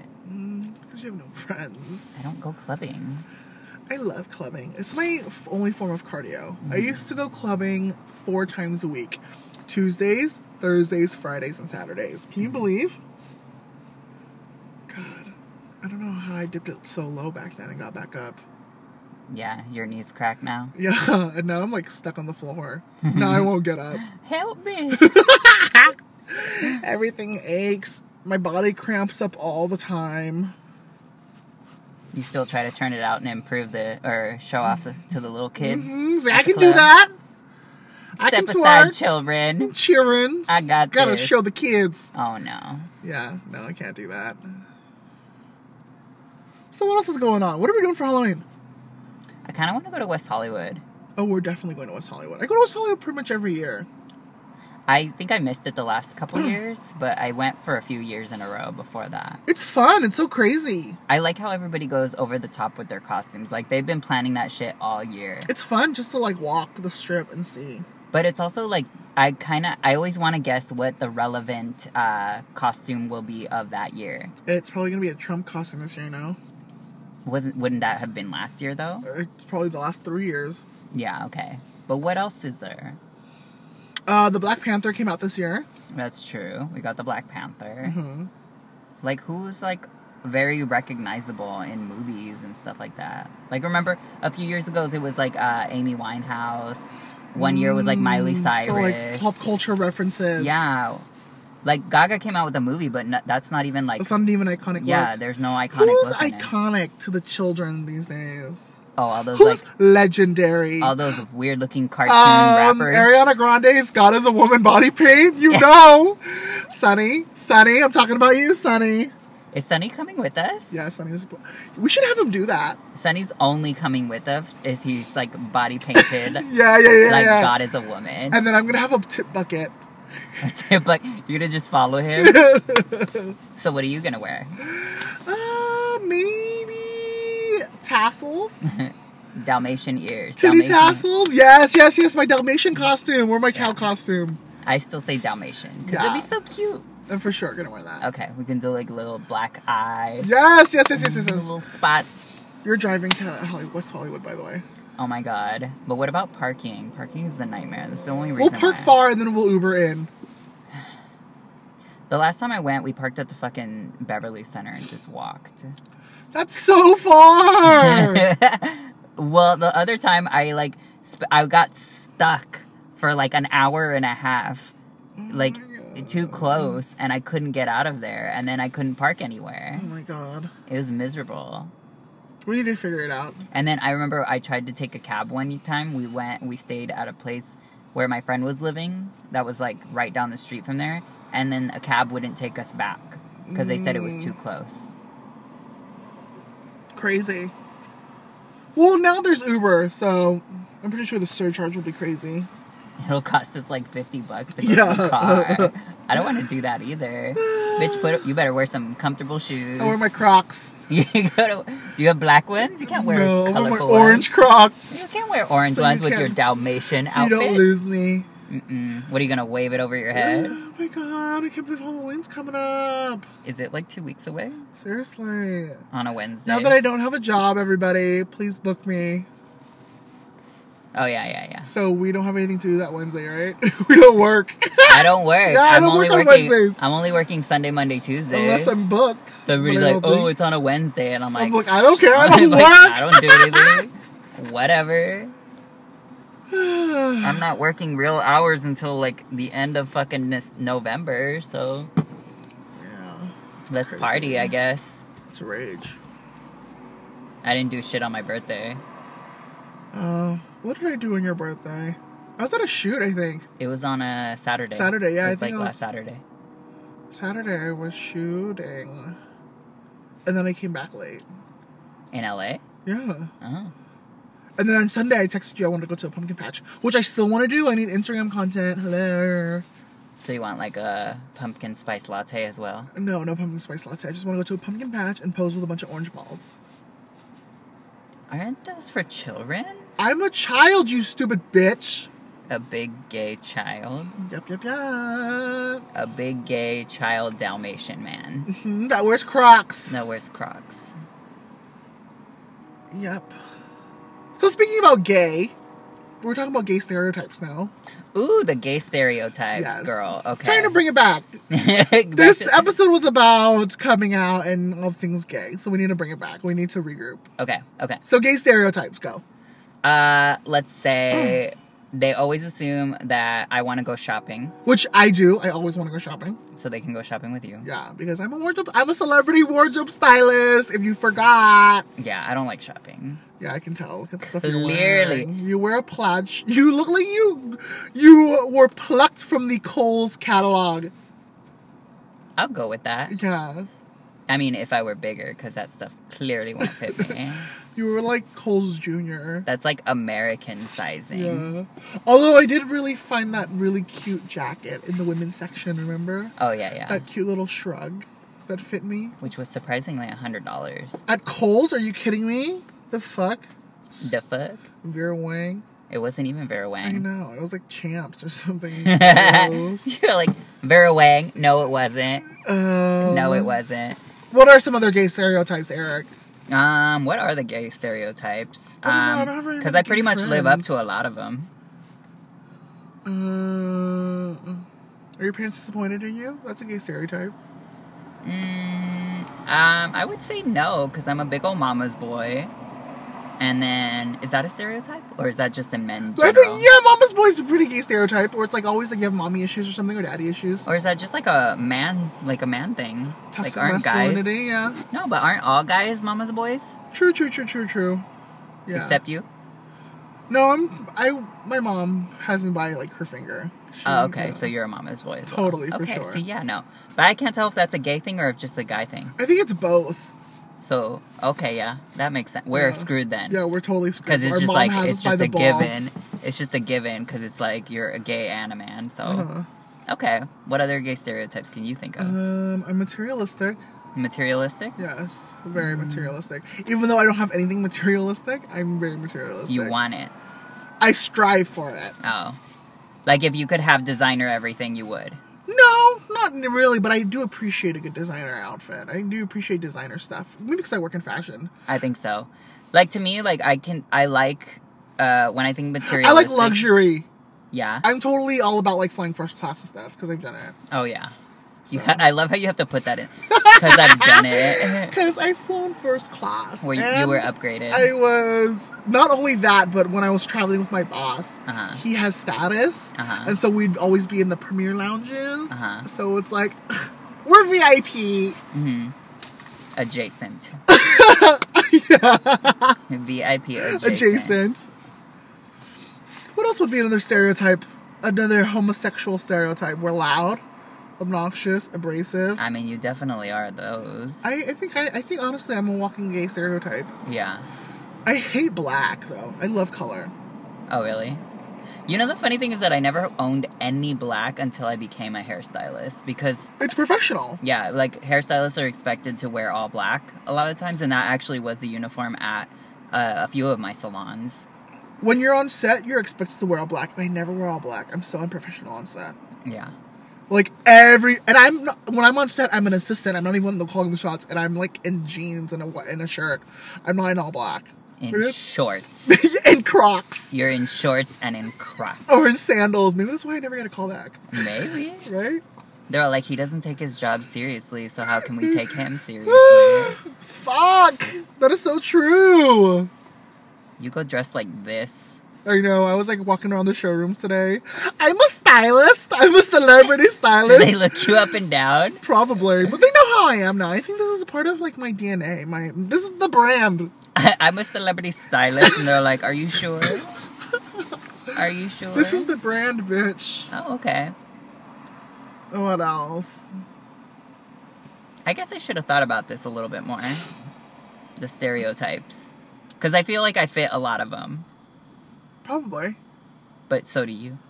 Speaker 1: Because you have no friends.
Speaker 2: I don't go clubbing.
Speaker 1: I love clubbing. It's my f- only form of cardio. I used to go clubbing four times a week Tuesdays, Thursdays, Fridays, and Saturdays. Can you believe? God, I don't know how I dipped it so low back then and got back up.
Speaker 2: Yeah, your knees crack now.
Speaker 1: Yeah, and now I'm like stuck on the floor. now I won't get up.
Speaker 2: Help me!
Speaker 1: Everything aches. My body cramps up all the time.
Speaker 2: you still try to turn it out and improve the or show off the, to the little kids.
Speaker 1: Mm, see, I
Speaker 2: at the
Speaker 1: can do
Speaker 2: club.
Speaker 1: that. I
Speaker 2: Step
Speaker 1: can
Speaker 2: aside,
Speaker 1: twerk.
Speaker 2: children.
Speaker 1: Cheering.
Speaker 2: I got
Speaker 1: Gotta
Speaker 2: this.
Speaker 1: show the kids.
Speaker 2: Oh no.
Speaker 1: Yeah, no, I can't do that. So what else is going on? What are we doing for Halloween?
Speaker 2: I kind of want to go to West Hollywood.
Speaker 1: Oh, we're definitely going to West Hollywood. I go to West Hollywood pretty much every year.
Speaker 2: I think I missed it the last couple years, but I went for a few years in a row before that.
Speaker 1: It's fun. It's so crazy.
Speaker 2: I like how everybody goes over the top with their costumes. Like they've been planning that shit all year.
Speaker 1: It's fun just to like walk the strip and see.
Speaker 2: But it's also like I kind of I always want to guess what the relevant uh, costume will be of that year.
Speaker 1: It's probably gonna be a Trump costume this year now.
Speaker 2: Wasn't wouldn't that have been last year though?
Speaker 1: It's probably the last three years.
Speaker 2: Yeah, okay. But what else is there?
Speaker 1: Uh, the Black Panther came out this year.
Speaker 2: That's true. We got the Black Panther.
Speaker 1: hmm
Speaker 2: Like who's like very recognizable in movies and stuff like that. Like remember a few years ago it was like uh, Amy Winehouse. One year was like Miley Cyrus.
Speaker 1: Mm, So like pop culture references.
Speaker 2: Yeah. Like Gaga came out with a movie, but no, that's not even like
Speaker 1: It's not even an iconic.
Speaker 2: yeah.
Speaker 1: look.
Speaker 2: There's no iconic.
Speaker 1: Who's
Speaker 2: look in it.
Speaker 1: iconic to the children these days?
Speaker 2: Oh, all those
Speaker 1: Who's
Speaker 2: like
Speaker 1: legendary?
Speaker 2: all those weird looking cartoon
Speaker 1: um,
Speaker 2: rappers.
Speaker 1: Ariana Grande's "God Is a Woman" body paint. You know, Sunny, Sunny. I'm talking about you, Sunny.
Speaker 2: Is Sunny coming with us?
Speaker 1: Yeah, Sunny's. We should have him do that.
Speaker 2: Sunny's only coming with us is he's like body painted.
Speaker 1: Yeah, yeah, yeah,
Speaker 2: like
Speaker 1: yeah.
Speaker 2: God is a woman.
Speaker 1: And then I'm gonna have a tip bucket.
Speaker 2: but you're gonna just follow him. so what are you gonna wear?
Speaker 1: Uh, maybe tassels,
Speaker 2: Dalmatian ears.
Speaker 1: titty
Speaker 2: Dalmatian-
Speaker 1: tassels. Yes, yes, yes. My Dalmatian costume or my cow costume.
Speaker 2: I still say Dalmatian because
Speaker 1: Yeah.
Speaker 2: it'd be so cute.
Speaker 1: I'm for sure gonna wear that.
Speaker 2: Okay, we can do like little black eye,
Speaker 1: Yes, yes, yes, yes, yes. yes.
Speaker 2: little spots.
Speaker 1: You're driving to Hollywood, West Hollywood, by the way.
Speaker 2: Oh my god. But what about parking? Parking is the nightmare. That's the only reason.
Speaker 1: We'll park
Speaker 2: why.
Speaker 1: far and then we'll Uber in.
Speaker 2: The last time I went, we parked at the fucking Beverly Center and just walked.
Speaker 1: That's so far. Oh
Speaker 2: Well, the other time I like, sp- I got stuck for like an hour and a half, like too close, and I couldn't get out of there, and then I couldn't park anywhere.
Speaker 1: oh my god.
Speaker 2: It was miserable.
Speaker 1: We need to figure it out.
Speaker 2: And then I remember I tried to take a cab one time. We went, we stayed at a place where my friend was living that was like right down the street from there. And then a cab wouldn't take us back because they said it was too close.
Speaker 1: Crazy. Well, now there's Uber, so I'm pretty sure the surcharge will be crazy.
Speaker 2: It'll cost us like 50 bucks to get
Speaker 1: Yeah.
Speaker 2: a car. I don't want to do that either. Bitch, put, you better wear some comfortable shoes.
Speaker 1: I wear my Crocs.
Speaker 2: you gotta, do you have black ones? You can't wear
Speaker 1: no, I
Speaker 2: colorful
Speaker 1: wear my
Speaker 2: ones.
Speaker 1: orange Crocs.
Speaker 2: You can't wear orange
Speaker 1: So you
Speaker 2: ones with
Speaker 1: can-
Speaker 2: your Dalmatian
Speaker 1: So you
Speaker 2: outfit.
Speaker 1: don't lose me.
Speaker 2: Mm-mm. What are you gonna wave it over your head?
Speaker 1: Oh my god, I can't believe Halloween's coming up.
Speaker 2: Is it like two weeks away
Speaker 1: Seriously.
Speaker 2: on a Wednesday?
Speaker 1: Now that I don't have a job, everybody, please book me.
Speaker 2: Oh yeah, yeah, yeah.
Speaker 1: So we don't have anything to do that Wednesday, right? we don't work.
Speaker 2: I don't work.
Speaker 1: Yeah, I
Speaker 2: I'm
Speaker 1: don't
Speaker 2: only
Speaker 1: work on
Speaker 2: working.
Speaker 1: Wednesdays.
Speaker 2: I'm only working Sunday, Monday, Tuesday.
Speaker 1: Unless I'm booked.
Speaker 2: so everybody's
Speaker 1: But I
Speaker 2: like,
Speaker 1: don't
Speaker 2: "Oh,
Speaker 1: think-
Speaker 2: it's on a Wednesday," and I'm like,
Speaker 1: I'm like, I don't care, I don't
Speaker 2: like, I
Speaker 1: work.
Speaker 2: don't do anything. Whatever. I'm not working real hours until like the end of fucking this November. So
Speaker 1: Yeah,
Speaker 2: let's
Speaker 1: Crazy.
Speaker 2: party, I guess.
Speaker 1: it's rage.
Speaker 2: I didn't do shit on my birthday.
Speaker 1: Uh, what did I do on your birthday? I was at a shoot, I think.
Speaker 2: It was on a Saturday.
Speaker 1: Saturday, yeah,
Speaker 2: It
Speaker 1: I
Speaker 2: was
Speaker 1: think
Speaker 2: like
Speaker 1: it was-
Speaker 2: last Saturday.
Speaker 1: Saturday I was shooting, and then I came back late.
Speaker 2: in LA.
Speaker 1: Yeah.
Speaker 2: Oh,
Speaker 1: And then on Sunday I texted you I want to go to a pumpkin patch, which I still want to do. I need Instagram content. Hello.
Speaker 2: so you want like a pumpkin spice latte as well?
Speaker 1: No, no pumpkin spice latte. I just want to go to a pumpkin patch and pose with a bunch of orange balls.
Speaker 2: Aren't those for children?
Speaker 1: I'm a child, you stupid bitch.
Speaker 2: A big gay child.
Speaker 1: Yep, yep, yep.
Speaker 2: A big gay child Dalmatian man.
Speaker 1: Hmm, that wears Crocs.
Speaker 2: No, where's Crocs?
Speaker 1: Yep. So speaking about gay, we're talking about gay stereotypes now.
Speaker 2: Ooh, the gay stereotypes, girl. Okay.
Speaker 1: Trying to bring it back.
Speaker 2: Back
Speaker 1: This
Speaker 2: to-
Speaker 1: episode was about coming out and all things gay, so we need to bring it back. We need to regroup.
Speaker 2: Okay, okay.
Speaker 1: So gay stereotypes go.
Speaker 2: Uh, let's say
Speaker 1: Mm.
Speaker 2: they always assume that I want to go shopping,
Speaker 1: Which I do. I always want to go shopping.
Speaker 2: so they can go shopping with you.
Speaker 1: Yeah, because I'm a wardrobe I'm a celebrity wardrobe stylist, if you forgot.
Speaker 2: Yeah, I don't like shopping.
Speaker 1: Yeah, I can tell. Look at the stuff
Speaker 2: Clearly.
Speaker 1: You're wearing. You wear a plaid. sh- You look like you you were plucked from the Coles catalog.
Speaker 2: I'll go with that.
Speaker 1: Yeah.
Speaker 2: I mean, if I were bigger, because that stuff clearly won't fit me.
Speaker 1: You were like Cole's Jr.
Speaker 2: That's like American sizing.
Speaker 1: Yeah. Although I did really find that really cute jacket in the women's section, remember?
Speaker 2: Oh yeah, yeah.
Speaker 1: That cute little shrug that fit me.
Speaker 2: Which was surprisingly a hundred dollars.
Speaker 1: At Kohl's, are you kidding me? The fuck?
Speaker 2: The fuck?
Speaker 1: Vera Wang.
Speaker 2: It wasn't even Vera
Speaker 1: I
Speaker 2: Wang.
Speaker 1: know. It was like champs or something. Gross.
Speaker 2: You're like Vera Wang. No, it wasn't.
Speaker 1: um,
Speaker 2: No, it wasn't.
Speaker 1: What are some other gay stereotypes, Eric?
Speaker 2: Um, what are the gay stereotypes?
Speaker 1: I don't know, I
Speaker 2: Um,
Speaker 1: don't have very
Speaker 2: because
Speaker 1: many
Speaker 2: I pretty
Speaker 1: gay
Speaker 2: much live up
Speaker 1: friends.
Speaker 2: to a lot of them.
Speaker 1: Uh, are your parents disappointed in you? That's a gay stereotype.
Speaker 2: Mm, um, I would say no because I'm a big old mama's boy. And then, is that a stereotype or is that just in men?
Speaker 1: I
Speaker 2: general?
Speaker 1: think yeah, mama's boy is a pretty gay stereotype, or it's like always like you have mommy issues or something or daddy issues.
Speaker 2: Or is that just like a man, like a man thing?
Speaker 1: Toxic
Speaker 2: like aren't guys?
Speaker 1: masculinity, yeah.
Speaker 2: No, but aren't all guys mama's boys
Speaker 1: True, true, true, true, true. Yeah.
Speaker 2: except you?
Speaker 1: no, I'm I. My mom has me by like her finger. She-
Speaker 2: Oh, okay,
Speaker 1: yeah.
Speaker 2: so you're a mama's boy. as
Speaker 1: Totally, for
Speaker 2: okay,
Speaker 1: sure.
Speaker 2: See, yeah, no, but I can't tell if that's a gay thing or if just a guy thing.
Speaker 1: I think it's both.
Speaker 2: So okay, yeah, that makes sense. We're
Speaker 1: Yeah.
Speaker 2: screwed then.
Speaker 1: Yeah, we're totally screwed.
Speaker 2: because it's
Speaker 1: Our
Speaker 2: just
Speaker 1: mom
Speaker 2: like
Speaker 1: has
Speaker 2: it's
Speaker 1: us by
Speaker 2: just
Speaker 1: the
Speaker 2: a
Speaker 1: balls.
Speaker 2: given. It's just a given because it's like you're a gay and a man. So
Speaker 1: Uh-huh.
Speaker 2: okay, what other gay stereotypes can you think of?
Speaker 1: Um, I'm materialistic.
Speaker 2: Materialistic.
Speaker 1: Yes, very materialistic. Even though I don't have anything materialistic, I'm very materialistic.
Speaker 2: You want it.
Speaker 1: I strive for it.
Speaker 2: Oh, like if you could have designer everything, you would.
Speaker 1: No, not really, but I do appreciate a good designer outfit. I do appreciate designer stuff. Maybe because I work in fashion.
Speaker 2: I think so. Like to me, like I can, I like uh when I think materialistic.
Speaker 1: I like luxury.
Speaker 2: Yeah.
Speaker 1: I'm totally all about like flying first class and stuff because I've done it.
Speaker 2: oh yeah. You
Speaker 1: So.
Speaker 2: ha- I love how you have to put that in because I've done it.
Speaker 1: Because I've flown first class.
Speaker 2: Where you, you
Speaker 1: and
Speaker 2: were upgraded.
Speaker 1: I was not only that, but when I was traveling with my boss,
Speaker 2: Uh-huh.
Speaker 1: he has status,
Speaker 2: Uh-huh.
Speaker 1: and so we'd always be in the premier lounges.
Speaker 2: Uh-huh.
Speaker 1: So it's like we're VIP.
Speaker 2: Mhm. Adjacent. VIP adjacent.
Speaker 1: adjacent. What else would be another stereotype? Another homosexual stereotype. We're loud, obnoxious, abrasive.
Speaker 2: I mean, you definitely are those.
Speaker 1: I, I think I, I think honestly I'm a walking gay stereotype.
Speaker 2: yeah.
Speaker 1: I hate black though. I love color.
Speaker 2: Oh, really? You know, the funny thing is that I never owned any black until I became a hairstylist because,
Speaker 1: It's professional.
Speaker 2: yeah, like hairstylists are expected to wear all black a lot of times, and that actually was the uniform at uh, a few of my salons.
Speaker 1: When you're on set, you're expected to wear all black, and I never wear all black. I'm so unprofessional on set.
Speaker 2: Yeah.
Speaker 1: Like every, and I'm not, when I'm on set, I'm an assistant. I'm not even calling the shots, and I'm like in jeans and a wh- and a shirt. I'm not in all black.
Speaker 2: In
Speaker 1: It's-
Speaker 2: shorts.
Speaker 1: in Crocs
Speaker 2: You're in shorts and in Crocs.
Speaker 1: or in sandals. Maybe that's why I never got a callback,
Speaker 2: Maybe.
Speaker 1: right?
Speaker 2: They're like, he doesn't take his job seriously, so how can we take him seriously?
Speaker 1: Fuck, that is so true.
Speaker 2: You go dressed like this.
Speaker 1: I know. I was like walking around the showrooms today. I'm a stylist. I'm a celebrity
Speaker 2: Do
Speaker 1: stylist.
Speaker 2: they look you up and down?
Speaker 1: Probably, but they know how I am now. I think this is a part of like my DNA. My this is the brand.
Speaker 2: I'm a celebrity stylist, and they're like, "Are you sure? Are you sure?"
Speaker 1: This is the brand, bitch.
Speaker 2: Oh, okay.
Speaker 1: What else?
Speaker 2: I guess I should have thought about this a little bit more. The stereotypes, because I feel like I fit a lot of them,
Speaker 1: Probably.
Speaker 2: but so do you.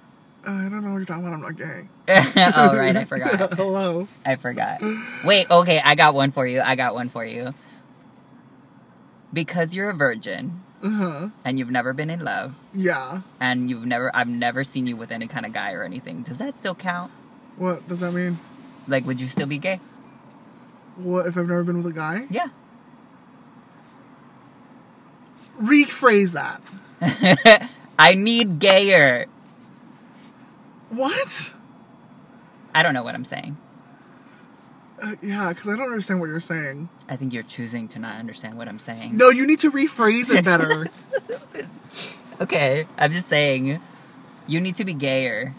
Speaker 1: Uh, I don't know what you're talking about. I'm not gay.
Speaker 2: oh right, I forgot.
Speaker 1: Hello.
Speaker 2: I forgot. Wait, okay, I got one for you. I got one for you. Because you're a virgin
Speaker 1: Uh huh.
Speaker 2: and you've never been in love
Speaker 1: Yeah.
Speaker 2: and you've never I've never seen you with any kind of guy or anything. Does that still count?
Speaker 1: What does that mean?
Speaker 2: Like would you still be gay?
Speaker 1: What if I've never been with a guy?
Speaker 2: Yeah.
Speaker 1: Rephrase that.
Speaker 2: I need gayer.
Speaker 1: What?
Speaker 2: I don't know what I'm saying.
Speaker 1: Uh, yeah, because I don't understand what you're saying.
Speaker 2: I think you're choosing to not understand what I'm saying.
Speaker 1: No, you need to rephrase it better.
Speaker 2: Okay, I'm just saying you need to be gayer.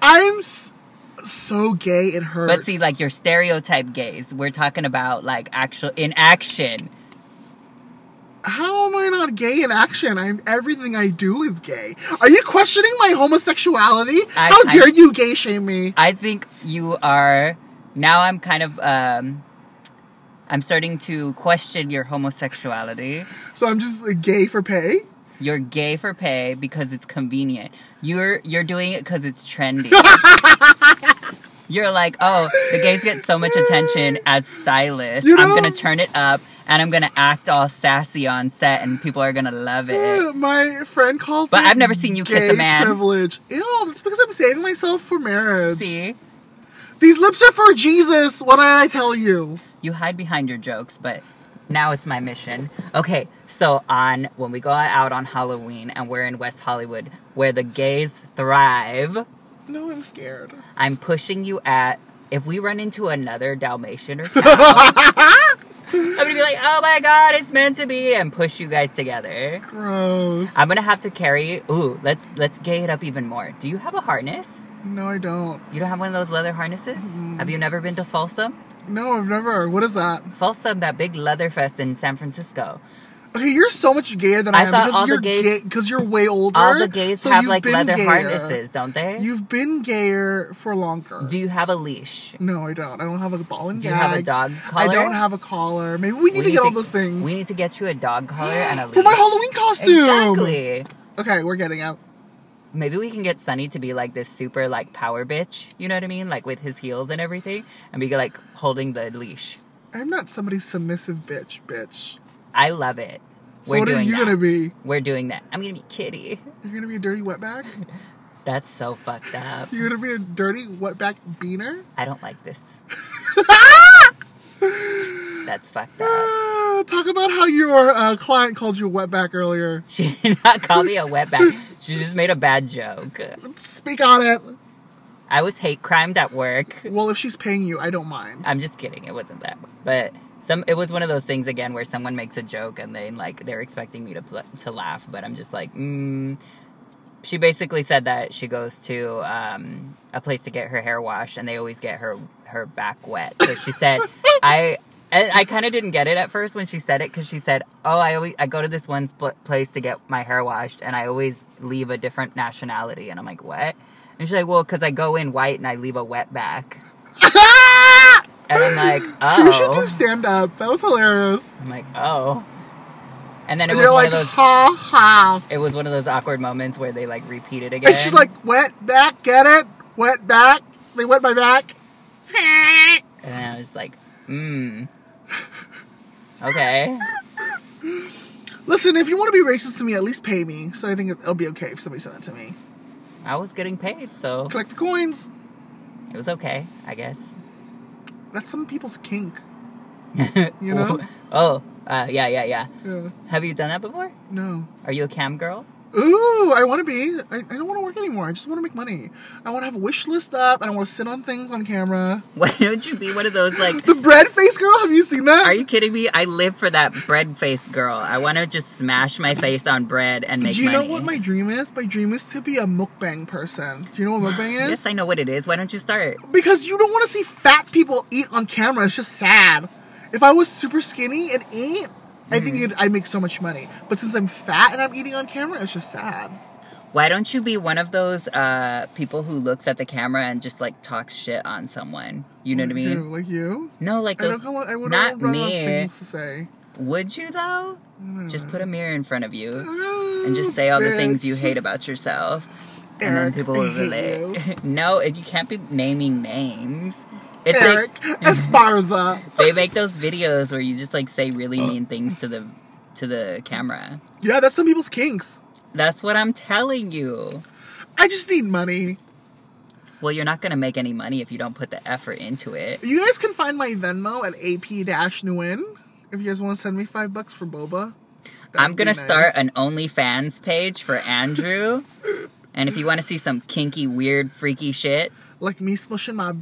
Speaker 1: I'm s- so gay it hurts.
Speaker 2: But see, like your stereotype gays, we're talking about like actual in action.
Speaker 1: How am I not gay in action? I'm everything I do is gay. Are you questioning my homosexuality?
Speaker 2: I-
Speaker 1: How
Speaker 2: I-
Speaker 1: dare you gay shame me?
Speaker 2: I think you are. Now I'm kind of um, I'm starting to question your homosexuality.
Speaker 1: So I'm just like, gay for pay.
Speaker 2: You're gay for pay because it's convenient. You're you're doing it because it's trendy. you're like, oh, the gays get so much attention as stylists.
Speaker 1: You know-
Speaker 2: I'm gonna turn it up and I'm gonna act all sassy on set, and people are gonna love it.
Speaker 1: My friend calls.
Speaker 2: But
Speaker 1: it
Speaker 2: I've never seen you kiss
Speaker 1: gay
Speaker 2: a man.
Speaker 1: Privilege. Ew. That's because I'm saving myself for marriage.
Speaker 2: See,
Speaker 1: These lips are for Jesus. What did I tell you?
Speaker 2: you hide behind your jokes, but now it's my mission. Okay, so on when we go out on Halloween and we're in West Hollywood, where the gays thrive.
Speaker 1: No, I'm scared.
Speaker 2: I'm pushing you at if we run into another Dalmatian or cow. I'm gonna be like, oh my god, it's meant to be, and push you guys together.
Speaker 1: Gross.
Speaker 2: I'm gonna have to carry. Ooh, let's let's gay it up even more. Do you have a harness?
Speaker 1: no, I don't.
Speaker 2: You don't have one of those leather harnesses?
Speaker 1: Mm-hmm.
Speaker 2: Have you never been to Folsom?
Speaker 1: No, I've never. What is that?
Speaker 2: Folsom, that big leather fest in San Francisco.
Speaker 1: Okay, you're so much gayer than
Speaker 2: I
Speaker 1: I, am
Speaker 2: thought
Speaker 1: because
Speaker 2: all the
Speaker 1: you're
Speaker 2: gays-
Speaker 1: gay because you're way older.
Speaker 2: All the gays
Speaker 1: so
Speaker 2: have
Speaker 1: you've
Speaker 2: like
Speaker 1: been
Speaker 2: leather
Speaker 1: gayer.
Speaker 2: harnesses, don't they?
Speaker 1: You've been gayer for longer.
Speaker 2: Do you have a leash?
Speaker 1: no, I don't. I don't have a ball and
Speaker 2: Do you
Speaker 1: gag.
Speaker 2: have a dog collar?
Speaker 1: I don't have a collar. Maybe we need to get all those things
Speaker 2: We need to get you a dog collar and a leash
Speaker 1: for my Halloween costume.
Speaker 2: Exactly.
Speaker 1: Okay, we're getting out.
Speaker 2: Maybe we can get Sunny to be like this super like power bitch, you know what I mean? Like with his heels and everything, and be like holding the leash.
Speaker 1: I'm not somebody's submissive bitch, bitch.
Speaker 2: I love it.
Speaker 1: So
Speaker 2: We're
Speaker 1: what
Speaker 2: doing
Speaker 1: are you
Speaker 2: that.
Speaker 1: gonna be?
Speaker 2: We're doing that. I'm gonna be kitty.
Speaker 1: You're gonna be a dirty wetback.
Speaker 2: That's so fucked up.
Speaker 1: You're gonna be a dirty wetback beaner.
Speaker 2: I don't like this. That's fucked up.
Speaker 1: Ah, talk about how your uh, client called you a wetback earlier.
Speaker 2: She did not call me a wetback. She just made a bad joke.
Speaker 1: Speak on it.
Speaker 2: I was hate crimed at work.
Speaker 1: Well, if she's paying you, I don't mind.
Speaker 2: I'm just kidding. It wasn't that. But some it was one of those things again where someone makes a joke and then like they're expecting me to pl- to laugh, but I'm just like, mm. she basically said that she goes to um, a place to get her hair washed and they always get her her back wet. So she said, I. And I kind of didn't get it at first when she said it because she said, "Oh, I always I go to this one spl- place to get my hair washed, and I always leave a different nationality." And I'm like, "What?" And she's like, "Well, because I go in white and I leave a wet back." And I'm like,
Speaker 1: We should do
Speaker 2: oh.
Speaker 1: stand up. That was hilarious.
Speaker 2: I'm like, oh. And then it
Speaker 1: And
Speaker 2: was
Speaker 1: you're
Speaker 2: one
Speaker 1: like,
Speaker 2: of those.
Speaker 1: ha ha.
Speaker 2: It was one of those awkward moments where they like repeat it again.
Speaker 1: And she's like, wet back, get it? Wet back. They wet my back.
Speaker 2: and then I was like, mm. Okay.
Speaker 1: Listen, if you want to be racist to me, at least pay me. So I think it'll be okay if somebody said that to me.
Speaker 2: I was getting paid, so
Speaker 1: Collect the coins.
Speaker 2: it was okay, I guess.
Speaker 1: That's some people's kink.
Speaker 2: you
Speaker 1: know?
Speaker 2: Oh, uh, yeah, yeah, yeah.
Speaker 1: Yeah.
Speaker 2: Have you done that before?
Speaker 1: No.
Speaker 2: Are you a cam girl?
Speaker 1: Ooh, I want to be. I, I don't want to work anymore. I just want to make money. I want to have a wish list up. I don't want to sit on things on camera.
Speaker 2: Why don't you be one of those like?
Speaker 1: The bread face girl. Have you seen that?
Speaker 2: Are you kidding me? I live for that bread face girl. I want to just smash my face on bread and make
Speaker 1: Do you
Speaker 2: money.
Speaker 1: know what my dream is? My dream is to be a mukbang person. Do you know what mukbang is?
Speaker 2: Yes, I know what it is. Why don't you start?
Speaker 1: Because you don't want to see fat people eat on camera. It's just sad. If I was super skinny and eat, I
Speaker 2: Mm.
Speaker 1: think you'd, I'd make so much money. But since I'm fat and I'm eating on camera, it's just sad.
Speaker 2: Why don't you be one of those uh, people who looks at the camera and just like talks shit on someone? You know what I mean?
Speaker 1: You, like you.
Speaker 2: No, like
Speaker 1: Mm-hmm. I don't
Speaker 2: those.
Speaker 1: know. I would
Speaker 2: not
Speaker 1: run out of
Speaker 2: me.
Speaker 1: things Hmm. to say.
Speaker 2: Would you though? Just put a mirror in front of you
Speaker 1: And
Speaker 2: and just say all the things you hate about yourself, and then
Speaker 1: Eric,
Speaker 2: people
Speaker 1: I
Speaker 2: will
Speaker 1: hate
Speaker 2: relate. no, if you can't be naming names. It's like
Speaker 1: Eric Esparza.
Speaker 2: they make those videos where you just like say really mean things to the to the camera.
Speaker 1: Yeah, that's some people's kinks.
Speaker 2: That's what I'm telling you.
Speaker 1: I just need money.
Speaker 2: Well, you're not going to make any money if you don't put the effort into it.
Speaker 1: You guys can find my Venmo at ap-nguyen if you guys want to send me five bucks for boba. That'd
Speaker 2: I'm
Speaker 1: be
Speaker 2: going to
Speaker 1: nice.
Speaker 2: start an OnlyFans page for Andrew. and if you want to see some kinky, weird, freaky shit,
Speaker 1: like me smushing my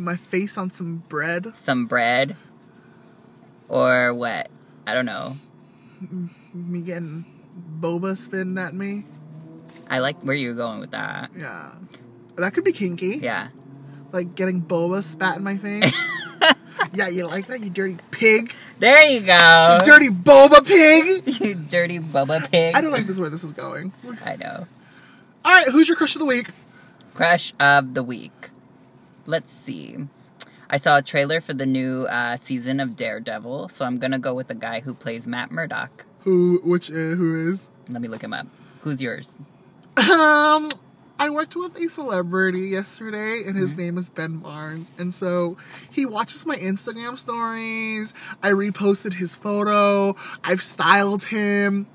Speaker 1: my face on some bread,
Speaker 2: some bread or what? I don't know.
Speaker 1: me getting boba spitting at me.
Speaker 2: I like where you're going with that.
Speaker 1: Yeah. That could be kinky.
Speaker 2: Yeah.
Speaker 1: Like getting boba spat in my face. yeah, you like that, you dirty pig?
Speaker 2: There you go.
Speaker 1: You dirty boba pig!
Speaker 2: you dirty boba pig.
Speaker 1: I don't like this where this is going.
Speaker 2: I know.
Speaker 1: Alright, who's your crush of the week?
Speaker 2: Crush of the week. Let's see. I saw a trailer for the new uh, season of Daredevil, so I'm gonna go with the guy who plays Matt Murdock.
Speaker 1: Who, which, uh, who is?
Speaker 2: Let me look him up. Who's yours?
Speaker 1: Um, I worked with a celebrity yesterday, and
Speaker 2: Mm-hmm.
Speaker 1: his name is Ben Barnes. And so he watches my Instagram stories. I reposted his photo. I've styled him.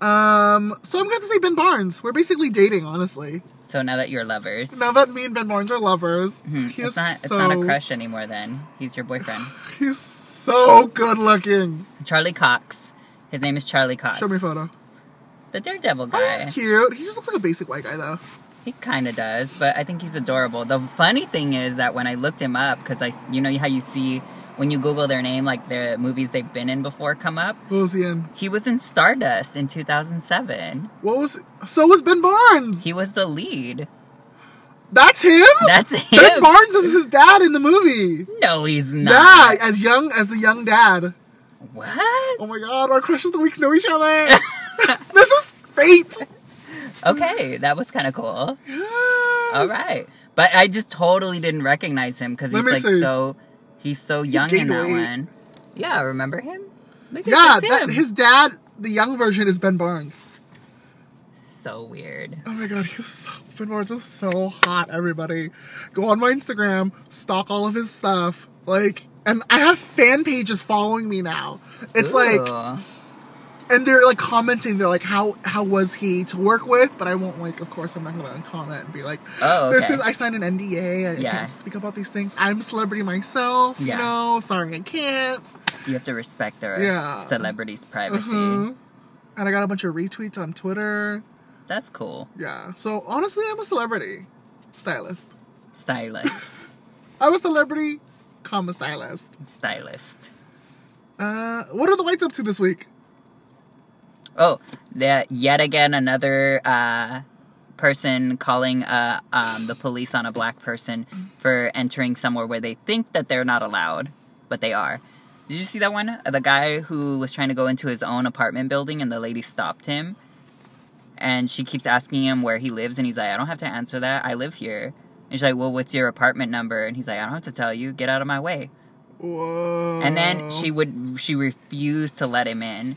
Speaker 1: Um, so I'm going to say Ben Barnes. We're basically dating, honestly.
Speaker 2: So now that you're lovers,
Speaker 1: Now that me and Ben Barnes are lovers,
Speaker 2: Hmm,
Speaker 1: he
Speaker 2: it's
Speaker 1: is
Speaker 2: not it's
Speaker 1: so
Speaker 2: not a crush anymore. Then he's your boyfriend,
Speaker 1: he's so good looking.
Speaker 2: Charlie Cox. His name is Charlie Cox.
Speaker 1: Show me a photo.
Speaker 2: the Daredevil
Speaker 1: Oh,
Speaker 2: guy.
Speaker 1: he's cute. He just looks like a basic white guy though.
Speaker 2: He kind of does, but I think he's adorable. The funny thing is that when I looked him up, because I, you know how you see when you Google their name, like the movies they've been in before come up.
Speaker 1: What was he in?
Speaker 2: He was in Stardust in 2007.
Speaker 1: What was? So was Ben Barnes.
Speaker 2: He was the lead.
Speaker 1: That's him.
Speaker 2: That's
Speaker 1: Ben
Speaker 2: him.
Speaker 1: Barnes is his dad in the movie.
Speaker 2: No, he's
Speaker 1: Yeah,
Speaker 2: not.
Speaker 1: as young as the young dad.
Speaker 2: What?
Speaker 1: Oh my god, our crushes of the weeks know each other. this is fate.
Speaker 2: Okay, that was kind of cool.
Speaker 1: Yes.
Speaker 2: All right, but I just totally didn't recognize him because he's
Speaker 1: Let me
Speaker 2: like
Speaker 1: see.
Speaker 2: so. He's so young in
Speaker 1: gained
Speaker 2: that
Speaker 1: weight.
Speaker 2: one. Yeah, remember him? Look at
Speaker 1: Yeah,
Speaker 2: that's
Speaker 1: that,
Speaker 2: him.
Speaker 1: his dad, the young version, is Ben Barnes.
Speaker 2: so weird.
Speaker 1: Oh my god, he was so Ben Barnes was so hot, everybody. Go on my Instagram, stalk all of his stuff. Like and I have fan pages following me now. It's like
Speaker 2: Ooh.
Speaker 1: and they're like commenting, they're like, How how was he to work with? But I won't like of course I'm not gonna comment and be like
Speaker 2: Oh,
Speaker 1: this
Speaker 2: okay.
Speaker 1: is I signed an NDA, I
Speaker 2: Yeah.
Speaker 1: can't speak about these things. I'm a celebrity myself.
Speaker 2: Yeah.
Speaker 1: No, sorry I can't.
Speaker 2: You have to respect their
Speaker 1: Yeah.
Speaker 2: celebrities' privacy.
Speaker 1: Mhm. And I got a bunch of retweets on Twitter.
Speaker 2: That's cool.
Speaker 1: Yeah. So honestly I'm a celebrity stylist.
Speaker 2: Stylist.
Speaker 1: I'm a celebrity, comma stylist.
Speaker 2: Stylist.
Speaker 1: Uh, what are the whites up to this week?
Speaker 2: Oh, that yet again another uh, person calling uh, um, the police on a black person for entering somewhere where they think that they're not allowed, but they are. Did you see that one? The guy who was trying to go into his own apartment building and the lady stopped him. And she keeps asking him where he lives, and he's like, I don't have to answer that. I live here. And she's like, Well, what's your apartment number? And he's like, I don't have to tell you. Get out of my way
Speaker 1: Whoa.
Speaker 2: and then she would she refused to let him in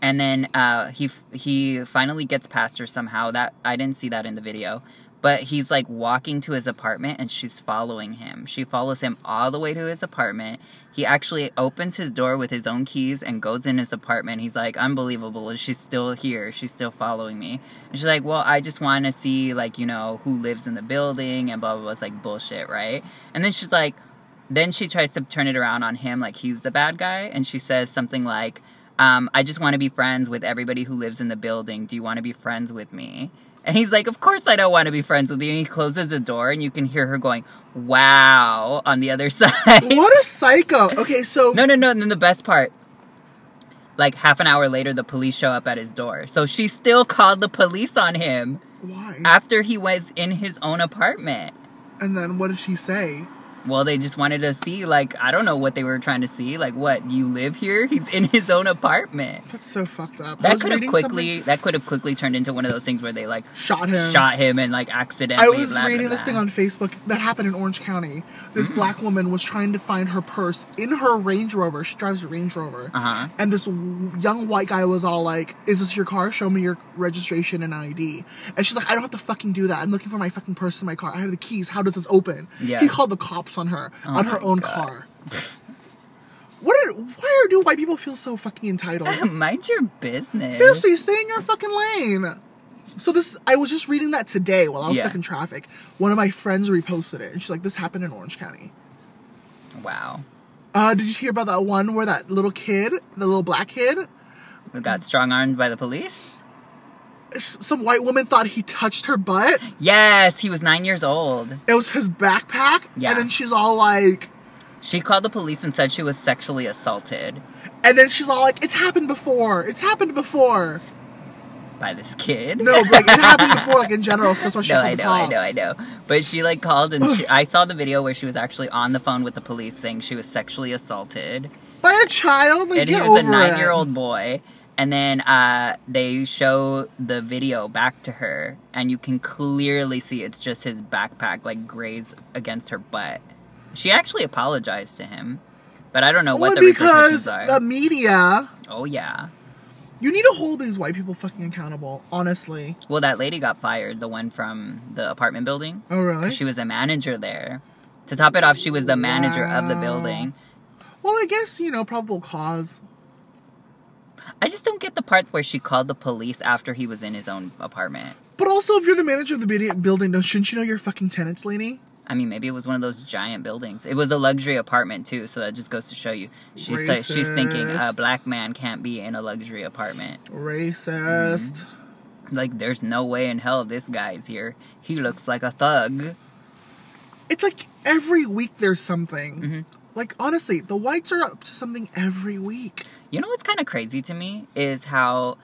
Speaker 2: and then uh, he f- he finally gets past her somehow that i didn't see that in the video but he's like walking to his apartment and she's following him she follows him all the way to his apartment he actually opens his door with his own keys and goes in his apartment he's like unbelievable she's still here she's still following me and she's like well i just want to see like you know who lives in the building and blah blah blah it's like bullshit right and then she's like then she tries to turn it around on him like he's the bad guy and she says something like um, i just want to be friends with everybody who lives in the building do you want to be friends with me and he's like of course i don't want to be friends with you and he closes the door and you can hear her going wow on the other side
Speaker 1: What a psycho. Okay, so
Speaker 2: no no no and then the best part like half an hour later the police show up at his door so she still called the police on him
Speaker 1: why?
Speaker 2: after he was in his own apartment
Speaker 1: and then what did she say?
Speaker 2: well, they just wanted to see, like, I don't know what they were trying to see. Like, what, you live here? He's in his own apartment.
Speaker 1: That's so fucked up. I
Speaker 2: That
Speaker 1: was
Speaker 2: could have
Speaker 1: reading
Speaker 2: quickly that could have quickly turned into one of those things where they like
Speaker 1: something- shot him.
Speaker 2: shot him and like
Speaker 1: I
Speaker 2: accidentally.
Speaker 1: was
Speaker 2: blah, blah,
Speaker 1: reading this
Speaker 2: blah.
Speaker 1: thing on Facebook that happened in Orange County.
Speaker 2: Mm-hmm.
Speaker 1: This black woman was trying to find her purse in her Range Rover. She drives a Range Rover.
Speaker 2: Uh-huh.
Speaker 1: And this w- young white guy was all like, Is this your car? Show me your registration and ID. And she's like, I don't have to fucking do that. I'm looking for my fucking purse in my car. I have the keys. How does this open?
Speaker 2: Yeah. Oh
Speaker 1: He called the cops on her, on her
Speaker 2: my
Speaker 1: own
Speaker 2: God.
Speaker 1: car. what are, why do white people feel so fucking entitled?
Speaker 2: Uh-huh. Mind your business.
Speaker 1: Seriously, stay in your fucking lane. So this, I was just reading that today while I was
Speaker 2: Yeah.
Speaker 1: stuck in traffic. One of my friends reposted it, and she's like, "This happened in Orange County."
Speaker 2: Wow.
Speaker 1: Uh, did you hear about that one where that little kid, the little black kid,
Speaker 2: We got strong armed by the police?
Speaker 1: s- some white woman thought he touched her butt?
Speaker 2: Yes, he was nine years old.
Speaker 1: It was his backpack,
Speaker 2: Yeah.
Speaker 1: and then she's all like,
Speaker 2: She called the police and said she was sexually assaulted
Speaker 1: and then she's all like, "It's happened before. It's happened before."
Speaker 2: by this kid.
Speaker 1: No, but like it happened before, like in general. So that's why she
Speaker 2: no,
Speaker 1: called
Speaker 2: I
Speaker 1: the
Speaker 2: know, I
Speaker 1: cops.
Speaker 2: know, I know. But she like called and she, I saw the video where she was actually on the phone with the police saying she was sexually assaulted,
Speaker 1: By a child, like
Speaker 2: and
Speaker 1: get
Speaker 2: he was a
Speaker 1: over it.
Speaker 2: nine-year-old boy. And then uh, they show the video back to her, and you can clearly see it's just his backpack like graze against her butt. She actually apologized to him, but I don't know what
Speaker 1: Only
Speaker 2: the
Speaker 1: because
Speaker 2: repercussions are.
Speaker 1: the media.
Speaker 2: oh yeah.
Speaker 1: You need to hold these white people fucking accountable, honestly.
Speaker 2: Well, that lady got fired, the one from the apartment building.
Speaker 1: Oh, really?
Speaker 2: She was a manager there. To top it off, she was the manager of the
Speaker 1: Wow.
Speaker 2: building.
Speaker 1: well, I guess, you know, probable cause.
Speaker 2: I just don't get the part where she called the police after he was in his own apartment.
Speaker 1: But also, if you're the manager of the bidi- building, don't- shouldn't you know your fucking tenants, lady?
Speaker 2: I mean, maybe it was one of those giant buildings. It was a luxury apartment too, so that just goes to show you. She's like, she's thinking a
Speaker 1: Racist.
Speaker 2: black man can't be in a luxury apartment.
Speaker 1: Racist.
Speaker 2: Mm-hmm. Like, there's no way in hell this guy's here. He looks like a thug.
Speaker 1: It's like every week there's something.
Speaker 2: Mm-hmm.
Speaker 1: Like, honestly, the whites are up to something every week.
Speaker 2: You know what's kind of crazy to me is how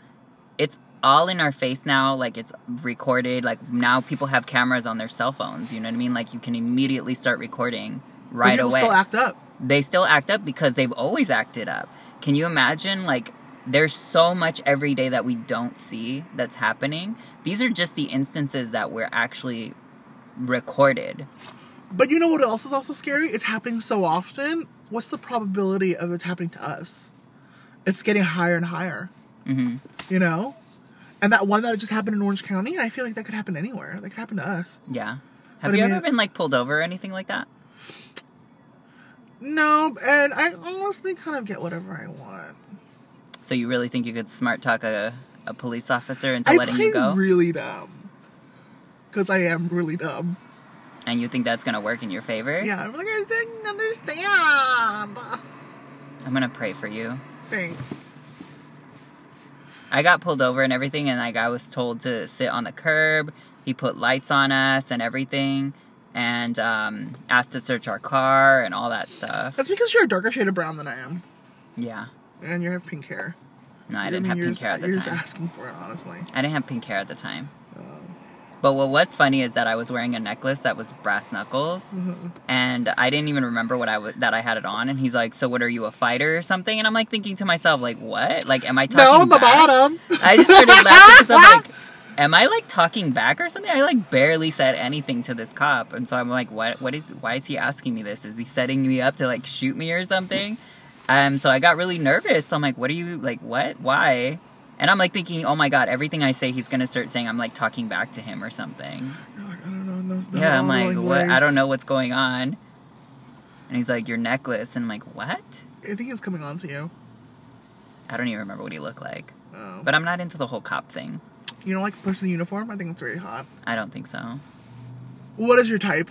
Speaker 2: it's all in our face now. Like it's recorded. Like now people have cameras on their cell phones. You know what I mean? Like you can immediately start recording
Speaker 1: But
Speaker 2: right
Speaker 1: people
Speaker 2: away.
Speaker 1: still act up.
Speaker 2: they still act up because they've always acted up. Can you imagine? Like there's so much every day that we don't see that's happening. These are just the instances that we're actually recorded.
Speaker 1: But you know what else is also scary? It's happening so often. What's the probability of it happening to us? It's getting higher and higher.
Speaker 2: Mm-hmm.
Speaker 1: You know? And that one that just happened in Orange County, I feel like that could happen anywhere. That could happen to us.
Speaker 2: Yeah. Have
Speaker 1: But I
Speaker 2: you
Speaker 1: mean-
Speaker 2: ever been like pulled over or anything like that?
Speaker 1: No, and I honestly kind of get whatever I want.
Speaker 2: So you really think you could smart talk a, a police officer into
Speaker 1: I
Speaker 2: letting
Speaker 1: play
Speaker 2: you go?
Speaker 1: really dumb. Because I am really dumb.
Speaker 2: and you think that's gonna work in your favor?
Speaker 1: Yeah, I'm like, I didn't understand.
Speaker 2: I'm gonna pray for you.
Speaker 1: Thanks.
Speaker 2: I got pulled over and everything, and like I was told to sit on the curb. He put lights on us and everything, and um, asked to search our car and all that stuff.
Speaker 1: That's because you're a darker shade of brown than I am.
Speaker 2: Yeah.
Speaker 1: And you have pink hair.
Speaker 2: No, I didn't
Speaker 1: mean,
Speaker 2: have
Speaker 1: you're
Speaker 2: pink
Speaker 1: just-
Speaker 2: hair at the
Speaker 1: You're
Speaker 2: time.
Speaker 1: just asking for it, honestly.
Speaker 2: I didn't have pink hair at the time.
Speaker 1: Um,
Speaker 2: But what was funny is that I was wearing a necklace that was brass knuckles, and I didn't even remember what I was that I had it on. And he's like, "So what are you a fighter or something?" And I'm like thinking to myself, like, "What? Like, am I talking?"
Speaker 1: no, my
Speaker 2: back?
Speaker 1: bottom.
Speaker 2: I just started laughing because I'm like, am I like talking back or something? I like barely said anything to this cop, and so I'm like, what? What is? Why is he asking me this? Is he setting me up to like shoot me or something? Um, so I got really nervous. I'm like, what are you like? What? Why? And I'm like thinking, oh my god, everything I say, he's gonna start saying I'm like talking back to him or something.
Speaker 1: You're like, I don't know. No, no,
Speaker 2: yeah, I'm like,
Speaker 1: no,
Speaker 2: what? I
Speaker 1: ways.
Speaker 2: don't know what's going on. And he's like, your necklace, and I'm like, what?
Speaker 1: I think it's coming on to you.
Speaker 2: I don't even remember what he looked like.
Speaker 1: Oh.
Speaker 2: But I'm not into the whole cop thing.
Speaker 1: you don't like the person in uniform? I think it's very hot.
Speaker 2: I don't think so.
Speaker 1: What is your type?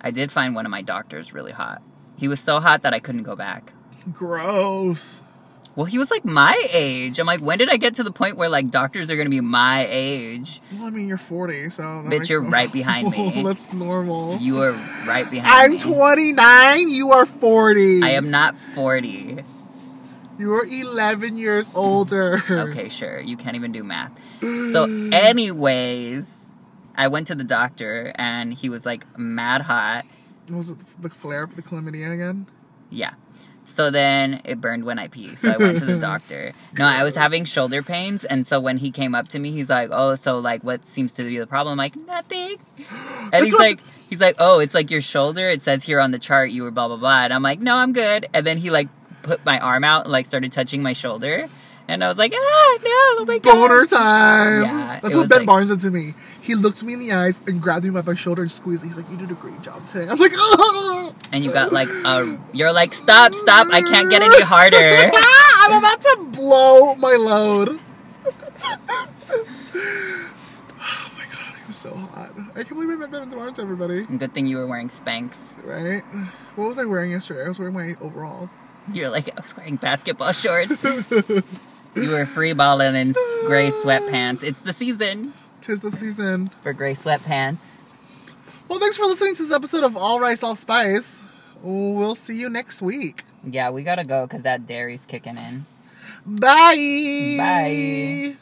Speaker 2: I did find one of my doctors really hot. He was so hot that I couldn't go back.
Speaker 1: Gross.
Speaker 2: Well, he was like my age. I'm like, when did I get to the point where like doctors are gonna be my age?
Speaker 1: Well, I mean, you're 40, so. that
Speaker 2: Bitch,
Speaker 1: makes
Speaker 2: you're
Speaker 1: no-
Speaker 2: right behind me.
Speaker 1: That's normal.
Speaker 2: You are right behind
Speaker 1: I'm
Speaker 2: me.
Speaker 1: 29. You are 40.
Speaker 2: I am not 40.
Speaker 1: You're 11 years older.
Speaker 2: Okay, sure. You can't even do math. So, eh. anyways, I went to the doctor and he was like mad hot.
Speaker 1: Was it the flare up, the chlamydia again?
Speaker 2: Yeah. So then it burned when I pee. So I went to the doctor. No, I was having shoulder pains. And so when he came up to me, he's like, Oh, so like what seems to be the problem? I'm like, Nothing. And he's
Speaker 1: what-
Speaker 2: like, He's like, Oh, it's like your shoulder. It says here on the chart you were blah, blah, blah. And I'm like, No, I'm good. And then he like put my arm out and like started touching my shoulder. And I was like, Ah, no, oh my God.
Speaker 1: Boner time.
Speaker 2: Yeah,
Speaker 1: That's
Speaker 2: it
Speaker 1: what
Speaker 2: was
Speaker 1: Ben
Speaker 2: like-
Speaker 1: Barnes said to me. He looked me in the eyes and grabbed me by my shoulder and squeezed. me. He's like, "You did a great job today." I'm like, "Oh."
Speaker 2: And you got like a, you're like, Stop, stop. I can't get any harder.
Speaker 1: Ah, I'm about to blow my load. oh my god, he was so hot. I can't believe I met Ben Barnes, everybody.
Speaker 2: And good thing you were wearing Spanx.
Speaker 1: Right? What was I wearing yesterday? I was wearing my overalls.
Speaker 2: You're like, I was wearing basketball shorts. you were free balling in s- gray sweatpants. It's the season
Speaker 1: Tis the season.
Speaker 2: for gray sweatpants.
Speaker 1: Well, thanks for listening to this episode of All Rice, All Spice. We'll see you next week.
Speaker 2: Yeah, we gotta go because that dairy's kicking in.
Speaker 1: Bye.
Speaker 2: Bye.